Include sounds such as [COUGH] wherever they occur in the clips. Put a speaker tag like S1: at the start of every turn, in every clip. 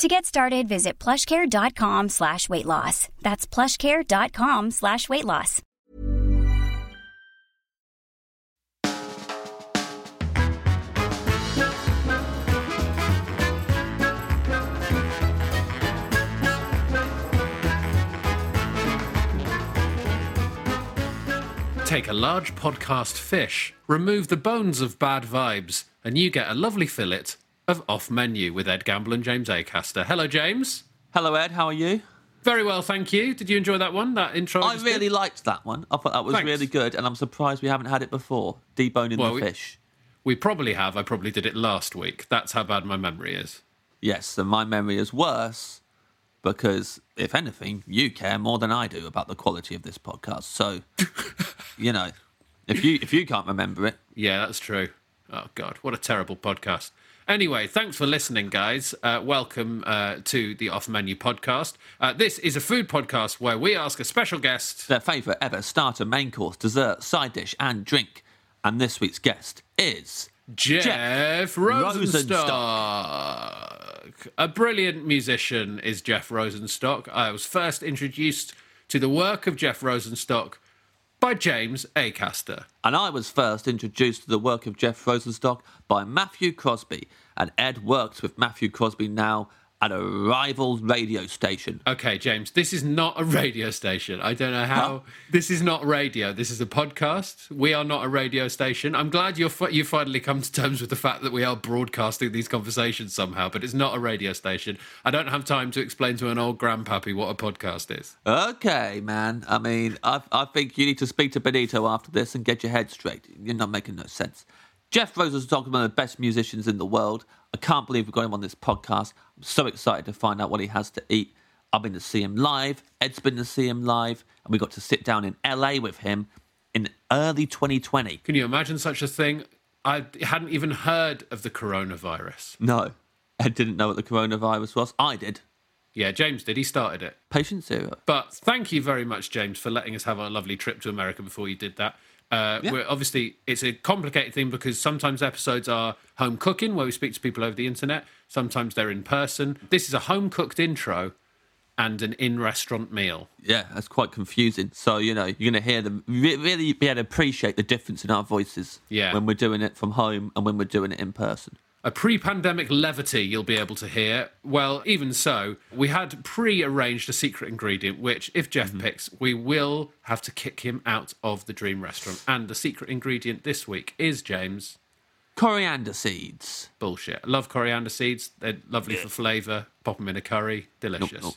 S1: To get started, visit plushcare.com slash weight loss. That's plushcare.com slash weight loss.
S2: Take a large podcast fish, remove the bones of bad vibes, and you get a lovely fillet of Off Menu with Ed Gamble and James Acaster. Hello, James.
S3: Hello, Ed. How are you?
S2: Very well, thank you. Did you enjoy that one? That intro?
S3: I
S2: was good?
S3: really liked that one. I thought that was
S2: Thanks.
S3: really good, and I'm surprised we haven't had it before. Deboning
S2: Well,
S3: the
S2: we-
S3: fish.
S2: We probably have. I probably did it last week. That's how bad my memory is.
S3: Yes, and my memory is worse because, if anything, you care more than I do about the quality of this podcast. [LAUGHS] So, you know, if you if you can't remember it,
S2: Yeah, that's true. Oh God, what a terrible podcast. Anyway, thanks for listening, guys. Uh, welcome uh, to the Off Menu podcast. Uh, this is a food podcast where we ask a special guest.
S3: their favourite ever starter, main course, dessert, side dish, and drink. And this week's guest is
S2: Jeff, Rosenstock.
S3: Rosenstock.
S2: A brilliant musician is Jeff Rosenstock. I was first introduced to the work of Jeff Rosenstock by James Acaster.
S3: And I was first introduced to the work of Jeff Rosenstock by Matthew Crosby. And Ed works with Matthew Crosby now at a rival radio station.
S2: Okay, James, this is not a radio station. I don't know how. This is not radio. This is a podcast. We are not a radio station. I'm glad you're fi- you finally come to terms with the fact that we are broadcasting these conversations somehow, but it's not a radio station. I don't have time to explain to an old grandpappy what a podcast is.
S3: Okay, man. I mean, I, I think you need to speak to Benito after this and get your head straight. You're not making no sense. Jeff Rosenstock is one of the best musicians in the world. I can't believe we've got him on this podcast. I'm so excited to find out what he has to eat. I've been to see him live. Ed's been to see him live. And we got to sit down in LA with him in early 2020.
S2: Can you imagine such a thing? I hadn't even heard of the coronavirus.
S3: No, [LAUGHS] Ed didn't know what the coronavirus was. I did.
S2: Yeah, James did. He started it.
S3: Patient zero.
S2: But thank you very much, James, for letting us have a lovely trip to America before you did that. Uh, we're obviously, it's a complicated thing because sometimes episodes are home cooking, where we speak to people over the internet. Sometimes they're in person. This is a home cooked intro and an in restaurant meal.
S3: Yeah, that's quite confusing. So, you know, you're going to hear them re- really be able to appreciate the difference in our voices
S2: Yeah.
S3: when we're doing it from home and when we're doing it in person.
S2: A pre pandemic levity you'll be able to hear. Well, even so, we had pre arranged a secret ingredient, which, if Jeff picks, we will have to kick him out of the dream restaurant. And the secret ingredient this week is, James,
S3: Coriander seeds.
S2: bullshit. I love coriander seeds. They're lovely for flavour. Pop them in a curry. Delicious.
S3: no.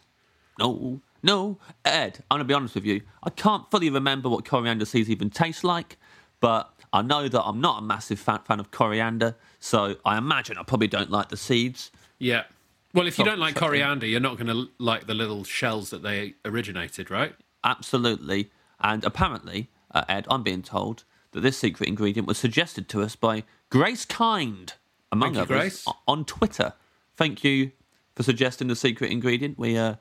S3: No, no. Ed, I'm going to be honest with you. I can't fully remember what coriander seeds even taste like, but I know that I'm not a massive fan, fan of coriander. So I imagine I probably don't like the seeds.
S2: Yeah. Well, if you
S3: Soft
S2: don't like
S3: shut in.
S2: coriander, you're not going to like the little shells that they originated, right?
S3: Absolutely. And apparently, uh, Ed, I'm being told that this secret ingredient was suggested to us by Grace Kind, among
S2: Thank you,
S3: others,
S2: Grace.
S3: o- on Twitter. Thank you for suggesting the secret ingredient. We uh,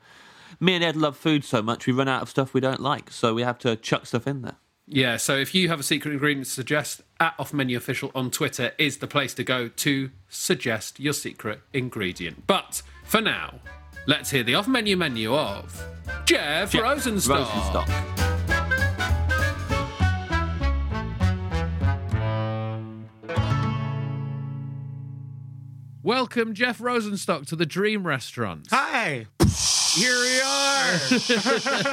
S4: me and Ed love food so much, we run out of stuff we don't like, so we have to chuck stuff in there.
S2: Yeah, so if you have a secret ingredient to suggest, at Off Menu Official on Twitter is the place to go to suggest your secret ingredient. But for now, let's hear the off menu menu of Jeff,
S4: Yeah,
S2: Rosenstock.
S4: Rosenstock. [LAUGHS]
S2: Welcome, Jeff Rosenstock, to the Dream Restaurant.
S5: Hi.
S2: Here we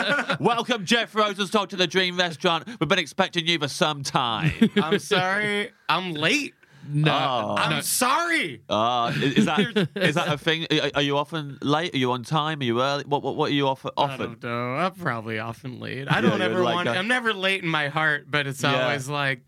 S2: are.
S4: Welcome, Jeff Rosenstock, to the Dream Restaurant. We've been expecting you for
S2: [LAUGHS]
S4: some time.
S5: I'm sorry. I'm late.
S2: No,
S5: I'm
S2: no.
S5: sorry.
S4: Uh, is, is that is that
S2: [LAUGHS]
S4: a thing? Are, are you often late? Are you on time? Are you early? What what, what are you offer,
S5: I
S4: often?
S5: don't know. I'm probably often late. I don't
S4: you're
S5: ever
S4: like
S5: want.
S4: a-
S5: I'm never late in my heart, but it's
S4: Yeah.
S5: always like,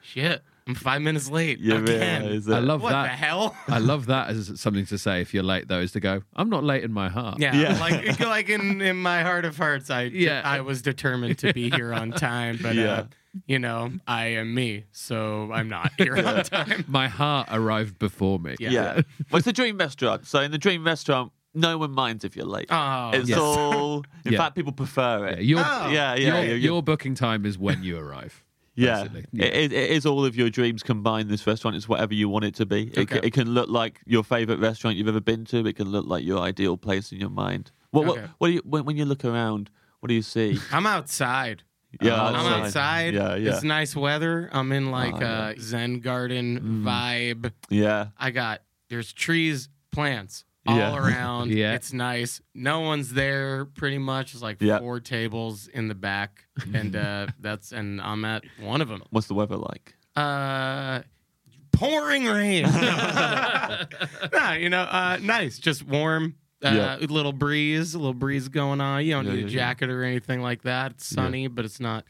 S5: shit. I'm five minutes late
S4: You
S5: again.
S4: realise
S2: I
S4: it.
S2: love
S5: What
S2: that.
S5: the hell?
S2: I love that as something to say if you're late, though, is to go, I'm not late in my heart.
S5: [LAUGHS] Yeah,
S4: Yeah.
S5: like like in, in my heart of hearts, I
S2: Yeah.
S5: I was determined to be here on time, but
S4: Yeah.
S5: uh, you know I am me, so I'm not here on time.
S2: My heart arrived before me.
S5: Yeah.
S4: Yeah. [LAUGHS] well, it's a dream restaurant. So in the dream restaurant, no one minds if you're late.
S5: Oh,
S4: it's
S2: yes. [LAUGHS]
S4: all. In
S2: Yeah.
S4: fact, people prefer it.
S2: Your,
S4: yeah, yeah,
S2: your,
S4: yeah,
S2: your booking time is when you
S4: [LAUGHS]
S2: arrive.
S4: Yeah,
S2: basically. Yeah.
S4: It, is- it is all of your dreams combined. This restaurant It's whatever you want it to be. It, ca- it can look like your favorite restaurant you've ever been to. It can look like your ideal place in your mind. What
S5: Okay.
S4: what, what do you when, when you look around? What do
S2: [LAUGHS]
S4: you see?
S5: I'm outside.
S4: Yeah,
S5: I'm
S4: outside.
S5: outside.
S4: Yeah, yeah. Oh,
S5: It's nice weather. I'm in like a Zen garden
S4: Mm.
S5: vibe.
S4: yeah,
S5: I got there's trees, plants all
S4: Yeah. [LAUGHS]
S5: around.
S2: Yeah.
S5: It's nice. No one's there pretty much. It's like
S4: Yeah.
S5: four tables in the back and uh [LAUGHS] that's and I'm at one of them.
S4: what's the weather like?
S5: Uh pouring rain. [LAUGHS] nah, you know, uh nice, just warm. Uh,
S4: Yeah.
S5: little breeze, a little breeze going on. You don't
S4: Yeah,
S5: need
S4: yeah,
S5: a
S4: yeah.
S5: jacket or anything like that. It's sunny, but it's not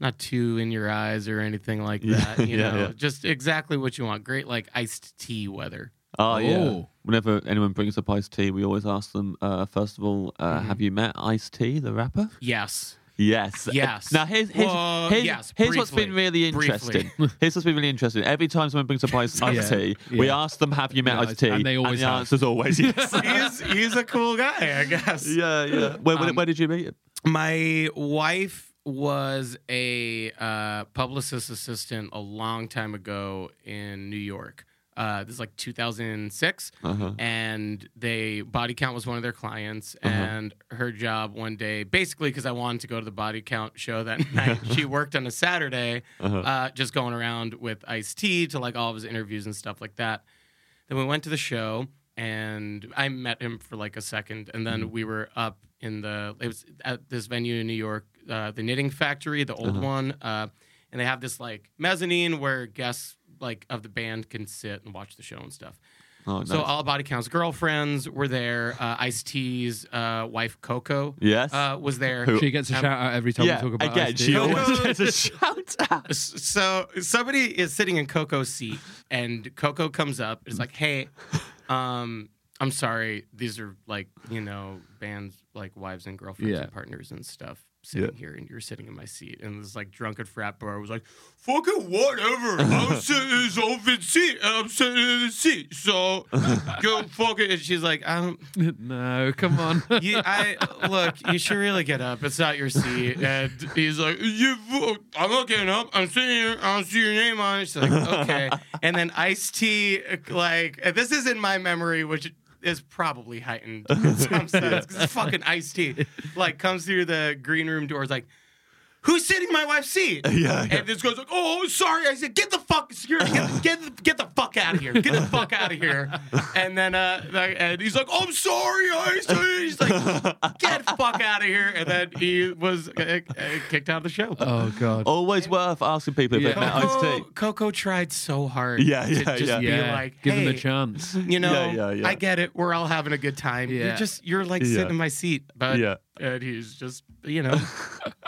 S5: not too in your eyes or anything like
S4: Yeah,
S5: that. You
S4: yeah,
S5: know,
S4: yeah.
S5: just exactly what you want. Great like iced tea weather.
S4: Oh, yeah.
S2: Oh.
S4: Whenever anyone brings up iced tea, we always ask them, uh, first of all, uh,
S2: Mm-hmm.
S4: have you met Ice T, the rapper?
S5: Yes.
S4: Yes.
S5: Yes.
S4: Now here's here's,
S5: Well,
S4: here's,
S5: yes,
S4: here's what's been
S5: briefly.
S4: really
S5: Briefly.
S4: interesting. here's what's been really interesting. Every time someone brings up iced iced tea, we
S2: Yeah.
S4: ask them, "Have you met
S2: Yeah,
S4: iced tea?"
S2: and they always
S4: the
S2: have.
S4: answer's always yes.
S5: he's, he's a cool guy, I [LAUGHS] guess.
S4: yeah, yeah. Where, where, where did you meet him?
S5: My wife was a uh, publicist assistant a long time ago in New York. Uh, this is like 2006, and they body count was one of their clients, and her job one day, basically because I wanted to go to the body count show that [LAUGHS] night, she worked on a Saturday, uh just going around with Ice T to like all of his interviews and stuff like that. Then we went to the show, and I met him for like a second, and
S4: Mm-hmm.
S5: then we were up in the it was at this venue in New York, uh, the Knitting Factory, the
S4: Uh-huh.
S5: old one, uh, and they have this like mezzanine where guests like of the band can sit and watch the show and stuff.
S4: Oh, nice.
S5: So all body counts girlfriends were there. Uh, Ice T's uh, wife Coco,
S4: Yes.
S5: uh, was there.
S2: She gets a shout out every time
S4: Um, yeah.
S2: we talk about
S4: Again,
S2: Ice-T.
S4: she
S5: No,
S4: always
S5: no, no.
S4: gets a shout
S5: [LAUGHS]
S4: out.
S5: so somebody is sitting in Coco's seat, and Coco comes up. It's like, hey, um, I'm sorry. These are like you know bands, like wives and girlfriends
S2: Yeah.
S5: and partners and stuff sitting here, and you're sitting in my seat. And this like drunken frat bar was like, fucking whatever. I'm sitting in this open seat. and I'm sitting in the seat. So go fuck it. And she's like, I don't.
S2: No, come on. [LAUGHS]
S5: You, I look. You should really get up. It's not your seat. And he's like, "You, fu- I'm not getting up. I'm sitting here. I don't see your name on it." She's like, "Okay." And then Ice T, like, and this is in my memory, which is probably heightened in some sense 'cause it's fucking Ice T. Like, comes through the green room door. Is like. Who's sitting in my wife's seat?
S4: [LAUGHS] Yeah, yeah.
S5: And this goes like, oh, sorry. I said, get the fuck, security, get, get, the- get the fuck out of here, get the fuck out of
S4: [LAUGHS]
S5: here. And then, uh, like, and he's like, I'm sorry, I said. He's like, get fuck out of here. And then he was uh, uh, kicked out of the show.
S2: oh, God.
S4: Always worth asking people if
S2: Yeah.
S4: they met Ice
S5: Coco, [LAUGHS]
S4: T.
S5: Coco tried so hard.
S4: Yeah,
S5: to
S4: yeah,
S5: just
S4: yeah.
S5: Be
S2: yeah.
S5: like,
S2: Give
S5: hey,
S2: him a [LAUGHS] chance.
S5: You know,
S4: Yeah, yeah, yeah.
S5: I get it. We're all having a good time.
S2: Yeah.
S5: You're just, you're like
S4: Yeah.
S5: sitting in my seat, but
S4: Yeah.
S5: and he's just, you
S4: [LAUGHS]
S5: know,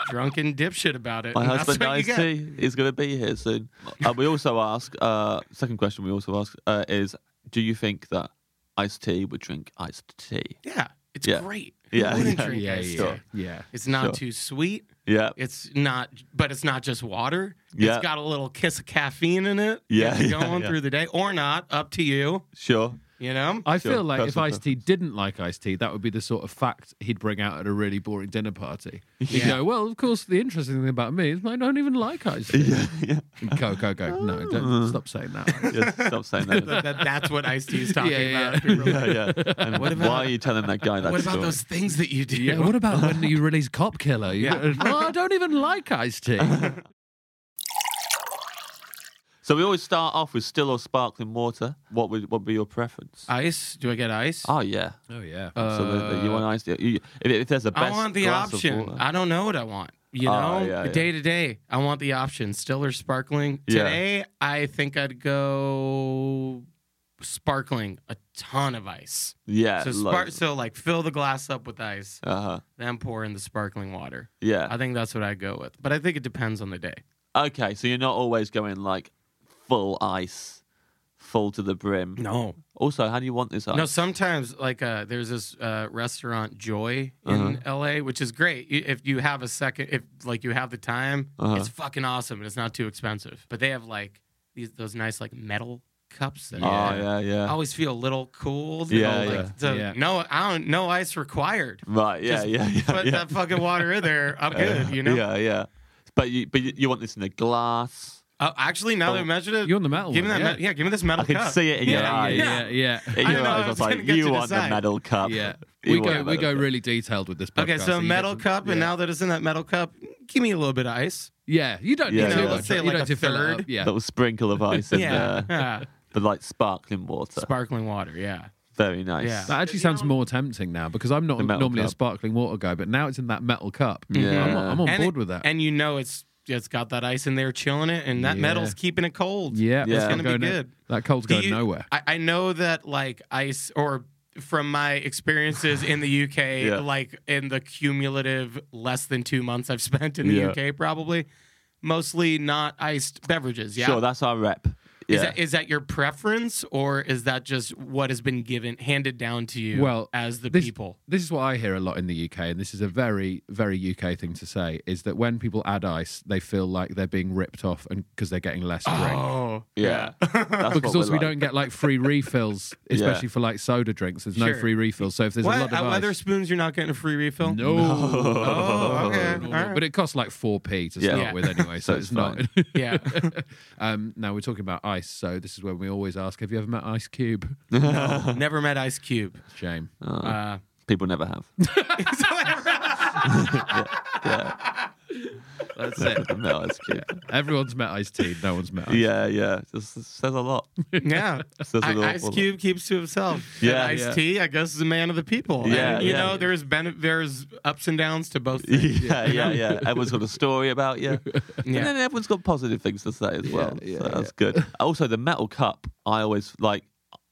S5: drunken dipshit about it.
S4: My
S5: And that's
S4: husband
S5: what you
S4: Ice
S5: get.
S4: T is going to be here soon. Uh, we also ask. Uh, second question we also ask uh, is, do you think that Ice T would drink iced tea?
S5: Yeah, it's
S4: Yeah.
S5: great.
S4: Yeah,
S5: Who wouldn't
S4: yeah,
S5: drink
S2: Yeah,
S5: iced
S2: yeah,
S5: tea?
S2: yeah.
S5: It's not
S4: Sure.
S5: too sweet.
S4: Yeah.
S5: It's not, but it's not just water.
S4: Yeah.
S5: It's got a little kiss of caffeine in it.
S4: Yeah,
S5: Get you
S4: yeah,
S5: going
S4: yeah.
S5: through the day or not, up to you.
S4: Sure.
S2: [LAUGHS]
S5: You know?
S2: I
S4: Sure,
S2: feel like if
S4: personal
S2: Ice T didn't like Ice T, that would be the sort of fact he'd bring out at a really boring dinner party. He'd
S5: Yeah.
S2: go, well, of course, the interesting thing about me is I don't even like Ice T.
S4: [LAUGHS] yeah, yeah.
S2: Go, go, go. No,
S4: Ah.
S2: don't stop saying
S4: [LAUGHS]
S2: that.
S4: yeah stop saying
S5: [LAUGHS]
S4: that.
S5: That- that- that's what Ice T is talking
S2: Yeah, yeah.
S5: about. People are
S4: yeah,
S5: like,
S4: [LAUGHS] yeah. And
S5: What
S4: why
S5: about-
S4: are you telling that guy that
S5: What
S4: story?
S5: about those things that you do?
S2: Yeah, what about when you release Cop Killer? You-
S5: Yeah.
S2: well, I don't even like Ice
S4: [LAUGHS]
S2: T.
S4: So we always start off with still or sparkling water. What would what would be your preference?
S5: ice? Do I get ice?
S4: oh yeah,
S2: Oh, yeah.
S4: absolutely. you want ice? You, if, if there's a best
S5: uh, I want the
S4: glass of
S5: option.
S4: water-
S5: I don't know what I want. You
S4: Oh,
S5: know,
S4: yeah, yeah.
S5: day to day, I want the option, still or sparkling.
S4: Yeah.
S5: Today, I think I'd go sparkling, a ton of ice.
S4: yeah,
S5: so, spar- so like fill the glass up with ice,
S4: uh huh,
S5: then pour in the sparkling water.
S4: yeah.
S5: I think that's what I go with, but I think it depends on the day.
S4: Okay, so you're not always going like full ice, full to the brim.
S5: No,
S4: Also, how do you want this ice?
S5: No, sometimes like uh, there's this uh, restaurant Joy
S4: Uh-huh.
S5: in LA, which is great You- if you have a second, if like you have the time,
S4: Uh-huh.
S5: it's fucking awesome and it's not too expensive. But they have like these those nice like metal cups. That
S4: oh yeah, yeah.
S5: I always feel a little cool. you
S4: Yeah,
S5: know, like,
S4: yeah.
S5: so
S2: Yeah.
S5: No, I don't. No ice required.
S4: Right, yeah,
S5: Just
S4: yeah, [LAUGHS] yeah.
S5: Put
S4: yeah.
S5: that fucking water in there. I'm good. You know.
S4: [LAUGHS] Yeah, yeah. But you, but you, you want this in a glass.
S5: Uh, actually, now that I mentioned it,
S2: You want the metal
S5: Give me
S2: one, yeah.
S5: that. me- yeah, give me this metal
S4: Oh, I can
S5: cup.
S4: see it in your
S5: yeah,
S4: eyes.
S2: yeah, yeah.
S4: [LAUGHS] In
S5: I
S4: your
S5: know,
S4: eyes,
S5: I was
S4: I was
S5: gonna
S4: like,
S5: get
S4: you
S5: to
S4: want the
S5: decide."
S4: metal cup.
S2: Yeah.
S4: You
S2: We
S4: want
S2: go
S4: the
S2: we
S4: metal
S2: go
S4: cup.
S2: really detailed with this podcast.
S5: Okay, so
S2: you get
S5: metal
S2: some-
S5: cup, and
S2: yeah.
S5: now that it's in that metal cup, give me a little bit of ice.
S2: Yeah, you don't
S4: Yeah,
S2: need
S4: you
S2: too
S4: know,
S2: much.
S4: let's
S5: say
S2: right?
S5: like
S2: you
S5: a
S2: don't need to fill it
S5: third.
S2: up. Yeah.
S4: little sprinkle of ice in
S5: Yeah.
S4: there,
S5: yeah.
S4: but like sparkling water.
S5: Ah, Sparkling water, yeah.
S4: Very nice.
S5: Yeah.
S2: That actually sounds more tempting now because I'm not
S4: The metal
S2: normally a
S4: cup.
S2: sparkling water guy, but now it's in that metal cup.
S4: Yeah.
S2: I'm, I'm on
S5: And
S2: board
S5: it-
S2: with that.
S5: And you know it's it's got that ice in there chilling it, and that
S2: Yeah.
S5: metal's keeping it cold.
S2: yeah,
S4: Yeah.
S2: that's
S4: It's
S5: gonna be
S2: going no-
S5: good.
S2: that cold's
S5: Do
S2: going
S5: you-
S2: nowhere.
S5: I, I know that like ice or from my experiences in the UK,
S4: [LAUGHS] Yeah.
S5: like in the cumulative less than two months I've spent in the
S4: Yeah.
S5: UK, probably mostly not iced beverages. Yeah.
S4: Sure, that's our rep. Yeah.
S5: Is that is that your preference, or is that just what has been given handed down to you?
S2: Well,
S5: as the
S2: this-
S5: people,
S2: This is what I hear a lot in the UK, and this is a very, very UK thing to say: is that when people add ice, they feel like they're being ripped off, and because they're getting less drink.
S5: oh
S4: yeah. That's
S2: Because
S4: what we're
S2: also we
S4: like.
S2: don't get like free
S4: [LAUGHS]
S2: refills, especially for like soda drinks. There's no
S5: Sure.
S2: free refills, so if there's a lot
S5: What?
S2: of
S5: Uh, At
S2: ice,
S5: Weatherspoons, you're not getting a free refill?
S2: no,
S5: Oh, okay. All right.
S2: but it costs like four p to
S4: Yeah.
S2: start
S4: Yeah.
S2: with anyway,
S4: [LAUGHS]
S2: so,
S4: So
S2: it's
S4: it's
S2: not. [LAUGHS]
S4: fine.
S5: Yeah.
S2: um, now we're talking about ice, so this is when we always ask: Have you ever met Ice Cube?
S4: [LAUGHS]
S5: Never met Ice
S2: [LAUGHS]
S5: Cube.
S2: Shame.
S5: Uh,
S4: People never have. [LAUGHS]
S2: That's it.
S4: [LAUGHS] no, it's cute.
S2: Everyone's met Ice T. No one's met. Ice.
S4: Yeah, yeah. Just it says a lot.
S5: yeah.
S4: Says a
S5: I-
S4: little-
S5: Ice Cube keeps to himself.
S4: Yeah,
S5: And Ice
S4: yeah.
S5: T, I guess, is a man of the people.
S4: Yeah,
S5: And, you
S4: yeah.
S5: know, there's ben- there's ups and downs to both. Things.
S2: [LAUGHS]
S4: Yeah, yeah, yeah. Everyone's got a story about you. And
S5: Yeah.
S4: then everyone's got positive things to say as well.
S2: yeah,
S4: so that's good.
S2: [LAUGHS]
S4: Also, the metal cup, I always like,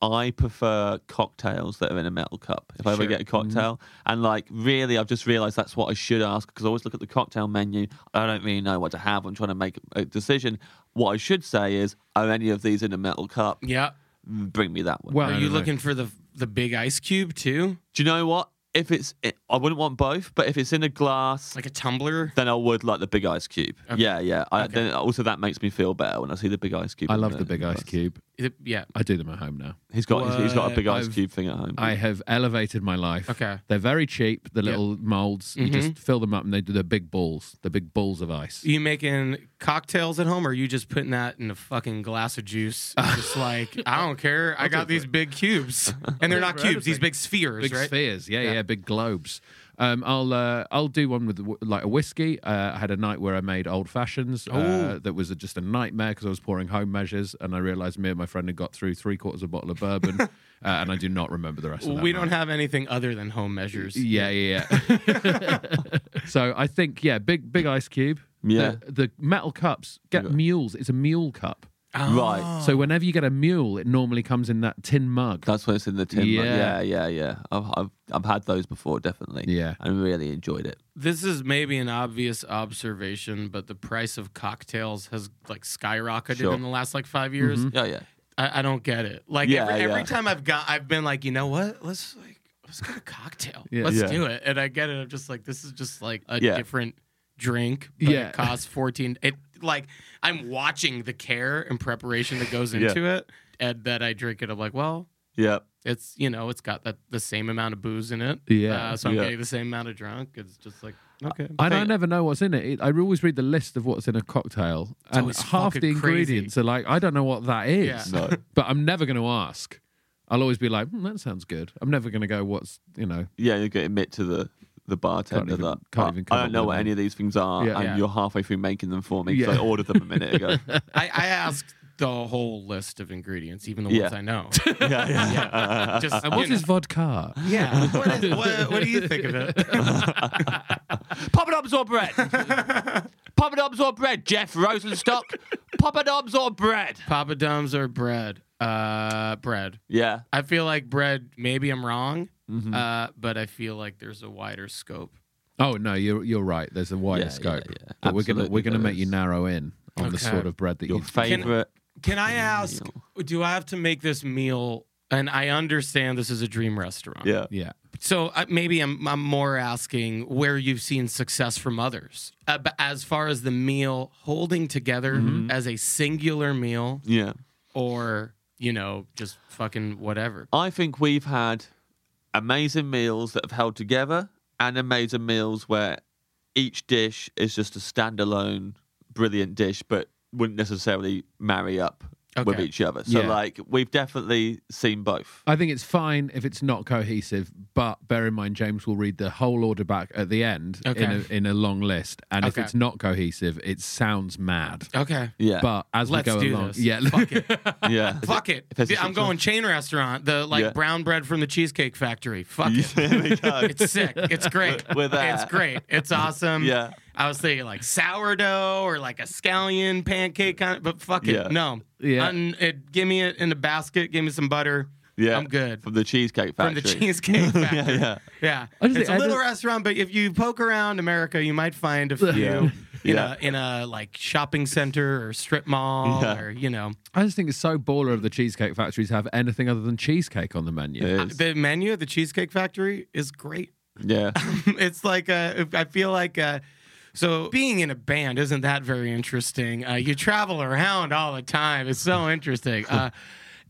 S4: I prefer cocktails that are in a metal cup if I ever get a
S2: Mm-hmm.
S4: cocktail. And like, really, I've just realized that's what I should ask because I always look at the cocktail menu. I don't really know what to have. I'm trying to make a decision. What I should say is, are any of these in a metal cup?
S5: [LAUGHS] Yeah.
S4: Bring me that one.
S2: Well,
S5: Are
S2: I
S5: you
S2: don't know.
S5: looking for the the big Ice Cube too?
S4: Do you know what? If it's, I wouldn't want both, but if it's in a glass,
S5: Like a tumbler?
S4: then I would like the big ice cube. Yeah, yeah. I, then also, that makes me feel better when I see the big ice cube.
S2: I
S4: in
S2: love the big ice
S4: glass.
S2: cube.
S5: Is it- yeah.
S2: I do them at home now.
S4: He's got he's, he's got a big ice
S2: I've-
S4: cube thing at home.
S2: I have elevated my life.
S5: Okay. Mm-hmm.
S2: They're very cheap, the little molds. You just fill them up and they do the big balls, the big balls of ice.
S5: Are you making cocktails at home, or are you just putting that in a fucking glass of juice?
S2: [LAUGHS]
S5: just like I don't care. I got these big cubes, and they're not cubes; these big spheres,
S2: Big
S5: right?
S2: spheres, yeah, yeah, big globes. Um, I'll uh, I'll do one with w- like a whiskey. Uh, I had a night where I made old fashions uh, that was a, just a nightmare because I was pouring home measures and I realised me and my friend had got through three quarters of a bottle of
S5: [LAUGHS]
S2: bourbon, uh, and I do not remember the rest of that.
S5: we
S2: night.
S5: don't have anything other than home measures.
S2: Yeah, yeah, yeah.
S5: [LAUGHS]
S2: so I think yeah, big big ice cube.
S4: Yeah.
S2: The, the metal cups get mules. It's a mule cup.
S5: Oh.
S4: right.
S2: So whenever you get a mule, it normally comes in that tin mug.
S4: That's when it's in the tin. Yeah,
S2: Yeah.
S4: yeah, yeah. yeah. I've, I've I've had those before, definitely.
S2: Yeah.
S4: and really enjoyed it.
S5: This is maybe an obvious observation, but the price of cocktails has like skyrocketed
S4: Sure.
S5: in the last like five years.
S2: Mm-hmm.
S4: Yeah, yeah.
S5: I, I don't get it. Like
S4: Yeah,
S5: every, every
S4: yeah.
S5: time I've got, I've been like, you know what? Let's like let's get a cocktail.
S2: Yeah.
S5: Let's
S4: Yeah.
S5: do it. And I get it. I'm just like, this is just like a
S4: Yeah.
S5: different drink. But
S2: Yeah. [LAUGHS]
S5: it costs fourteen. It like I'm watching the care and preparation that goes into it, and that I drink it. I'm like, well,
S4: Yeah,
S5: It's you know, it's got that the same amount of booze in it.
S2: Yeah,
S5: Uh, so I'm
S4: yeah.
S5: getting the same amount of drunk. It's just like okay.
S2: And I never know what's in it. It- I always read the list of what's in a cocktail, and
S5: always
S2: half the
S5: fucking crazy.
S2: ingredients are like, I don't know what that is. [LAUGHS]
S5: Yeah.
S2: But I'm never going to ask. I'll always be like, hmm, that sounds good. I'm never going to go, what's, you know,
S4: Yeah, you get admit to the the bartender
S2: even-
S4: that
S2: can't
S4: "Oh,
S2: even come
S4: I
S2: up
S4: don't know
S2: with
S4: what
S2: them."
S4: any of these things are,
S2: Yeah.
S4: and
S5: Yeah.
S4: you're halfway through making them for me because
S2: Yeah.
S4: I ordered them a
S2: [LAUGHS]
S4: minute ago. yeah,
S5: I, I asked the whole list of ingredients, even the ones
S4: Yeah.
S5: I
S4: [LAUGHS]
S5: know.
S4: yeah.
S5: Just
S2: and what is vodka?
S5: [LAUGHS] yeah? What, is,
S4: [LAUGHS]
S5: what, what do you think of it?
S3: Poppadoms or bread? Poppadoms or bread, Jeff
S4: [LAUGHS]
S3: Rosenstock? Poppadoms or bread?
S5: Papa Doms or bread? Uh, bread.
S4: yeah.
S5: I feel like bread. Maybe I'm wrong,
S4: Mm-hmm.
S5: uh, but I feel like there's a wider scope.
S2: Oh, no, you're, you're right. There's a wider
S4: Yeah, yeah,
S2: scope.
S4: yeah.
S2: But we're going to
S4: Absolutely
S2: we're gonna
S4: there
S2: make you
S4: is.
S2: narrow in on the
S5: Okay.
S2: sort of bread that
S4: Your
S2: you
S4: favorite.
S5: Can I ask? Do I have to make this meal? And I understand this is a dream restaurant.
S4: Yeah.
S2: Yeah.
S5: So uh, maybe I'm, I'm more asking where you've seen success from others. Uh, but as far as the meal holding together
S4: Mm-hmm.
S5: as a singular meal
S4: Yeah.
S5: or, you know, just fucking whatever.
S4: I think we've had amazing meals that have held together and amazing meals where each dish is just a standalone brilliant dish but wouldn't necessarily marry up with
S5: Okay.
S4: each other. So
S2: Yeah.
S4: like we've definitely seen both.
S2: I think it's fine if it's not cohesive, but bear in mind James will read the whole order back at the end in,
S5: Okay.
S2: a, in a long list, and if
S5: Okay.
S2: it's not cohesive, it sounds mad.
S5: Okay.
S4: Yeah.
S2: But as
S5: Let's
S2: we go
S5: do
S2: along,
S5: this.
S2: yeah,
S5: [LAUGHS] Fuck it.
S4: yeah.
S5: Fuck it.
S4: If it's a
S5: I'm
S4: success-
S5: going chain restaurant, the like
S4: Yeah.
S5: brown bread from the Cheesecake Factory. Fuck it.
S4: There we go.
S5: [LAUGHS] It's sick. It's great.
S4: We're there.
S5: It's great. It's awesome.
S4: Yeah.
S5: I was thinking like sourdough or like a scallion pancake kind of, but fuck it.
S4: Yeah.
S5: No.
S2: Yeah.
S5: Un- it, give me it in a basket. Give me some butter.
S4: Yeah.
S5: I'm good.
S4: From the Cheesecake
S5: From
S4: Factory.
S5: the Cheesecake Factory. yeah.
S4: [LAUGHS]
S5: [LAUGHS]
S4: yeah.
S2: I just think-
S5: It's a
S2: I
S5: little
S2: just-
S5: restaurant, but if you poke around America, you might
S2: [LAUGHS]
S5: find a few in,
S4: Yeah.
S5: A, in a like shopping center or strip mall
S4: Yeah.
S5: or, you know,
S2: I just think it's so baller of the cheesecake factories to have anything other than cheesecake on the menu.
S4: It is.
S5: Uh, the menu at the Cheesecake Factory is great. [LAUGHS]
S4: Yeah.
S5: it's like uh, I feel like uh, so being in a band isn't that very interesting. Uh, you travel around all the time. It's so interesting, uh,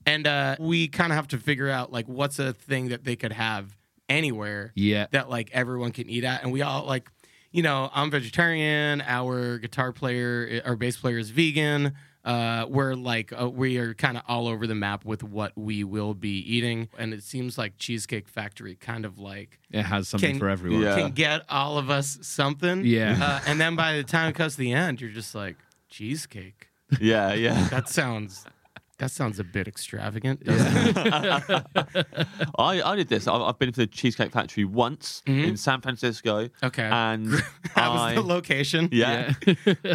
S5: and uh, we kind of have to figure out like what's a thing that they could have anywhere
S2: Yeah.
S5: that like everyone can eat at, and we all like. You know, I'm vegetarian. Our guitar player, eh, our bass player is vegan. Uh, we're like, uh, we are kind of all over the map with what we will be eating. And it seems like Cheesecake Factory kind of like
S2: It has something
S5: Can-
S2: for everyone.
S4: Yeah.
S5: can get all of us something.
S2: Yeah. [LAUGHS]
S5: Uh, and then by the time it comes to the end, you're just like, cheesecake.
S4: Yeah. Yeah.
S5: That sounds that sounds a bit extravagant. doesn't it? [LAUGHS]
S4: I, I did this. I've, I've been to the Cheesecake Factory once in San Francisco.
S5: Mm-hmm. Okay. [LAUGHS]
S4: And
S5: How was
S4: I,
S5: the location?
S4: yeah.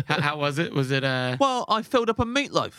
S5: How, how was it? Was it uh
S4: Well, I filled up a meatloaf.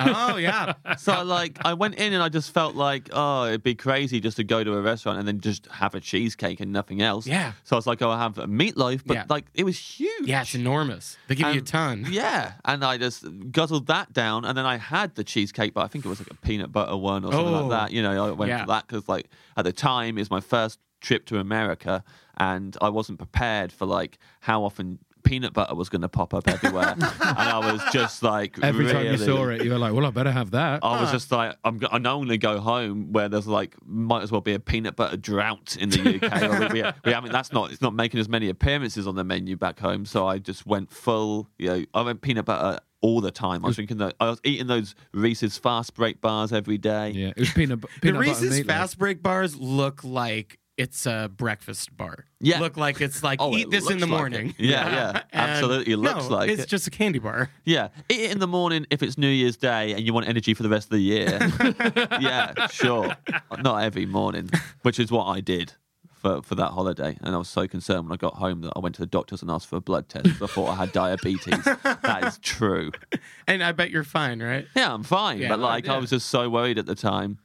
S5: Oh yeah.
S4: So I, like I went in and I just felt like oh it'd be crazy just to go to a restaurant and then just have a cheesecake and nothing else.
S5: Yeah.
S4: So I was like oh I have a meatloaf, but
S5: Yeah.
S4: like it was huge.
S5: Yeah, it's enormous. They give you a [LAUGHS]
S4: Um,
S5: ton.
S4: Yeah, and I just guzzled that down, and then I had the cheesecake, but I think it was like a peanut butter one or something
S5: Oh.
S4: like that. You know, I went
S5: Yeah.
S4: for that because like at the time it was my first trip to America, and I wasn't prepared for like how often peanut butter was going to pop up everywhere, and I was just like
S2: Every time you
S4: really- Oh.
S2: saw it, you were like, well, I better have that.
S4: I was just like, I'm, go- I know I'm going to go home where there's like, might as well be a peanut butter drought in the UK. Like, we, we haven't, that's not, it's not making as many appearances on the menu back home. So I just went full, you know, I went peanut butter all the time. I was drinking that, I was eating those Reese's fast break bars every day.
S2: yeah. It was
S4: [LAUGHS]
S2: peanut, bu-
S5: The
S2: peanut butter
S5: Reese's
S2: meatloaf.
S5: fast break bars look like it's a breakfast bar.
S4: Yeah.
S5: Look like it's like
S4: Oh,
S5: eat
S4: it
S5: this in
S4: looks
S5: the
S4: like it.
S5: morning. [LAUGHS]
S4: Yeah, yeah.
S5: And-
S4: Absolutely looks
S5: no,
S4: like
S5: it's
S4: it.
S5: just a candy bar.
S4: Yeah. Eat it in the morning if it's New Year's Day and you want energy for the rest of the year.
S5: [LAUGHS]
S4: yeah, sure. Not every morning, which is what I did for, for that holiday. And I was so concerned when I got home that I went to the doctors and asked for a blood test. 'cause I thought I had diabetes. that is true.
S5: And I bet you're fine, right?
S4: Yeah, I'm fine.
S5: Yeah,
S4: but like, I was just so worried at the time,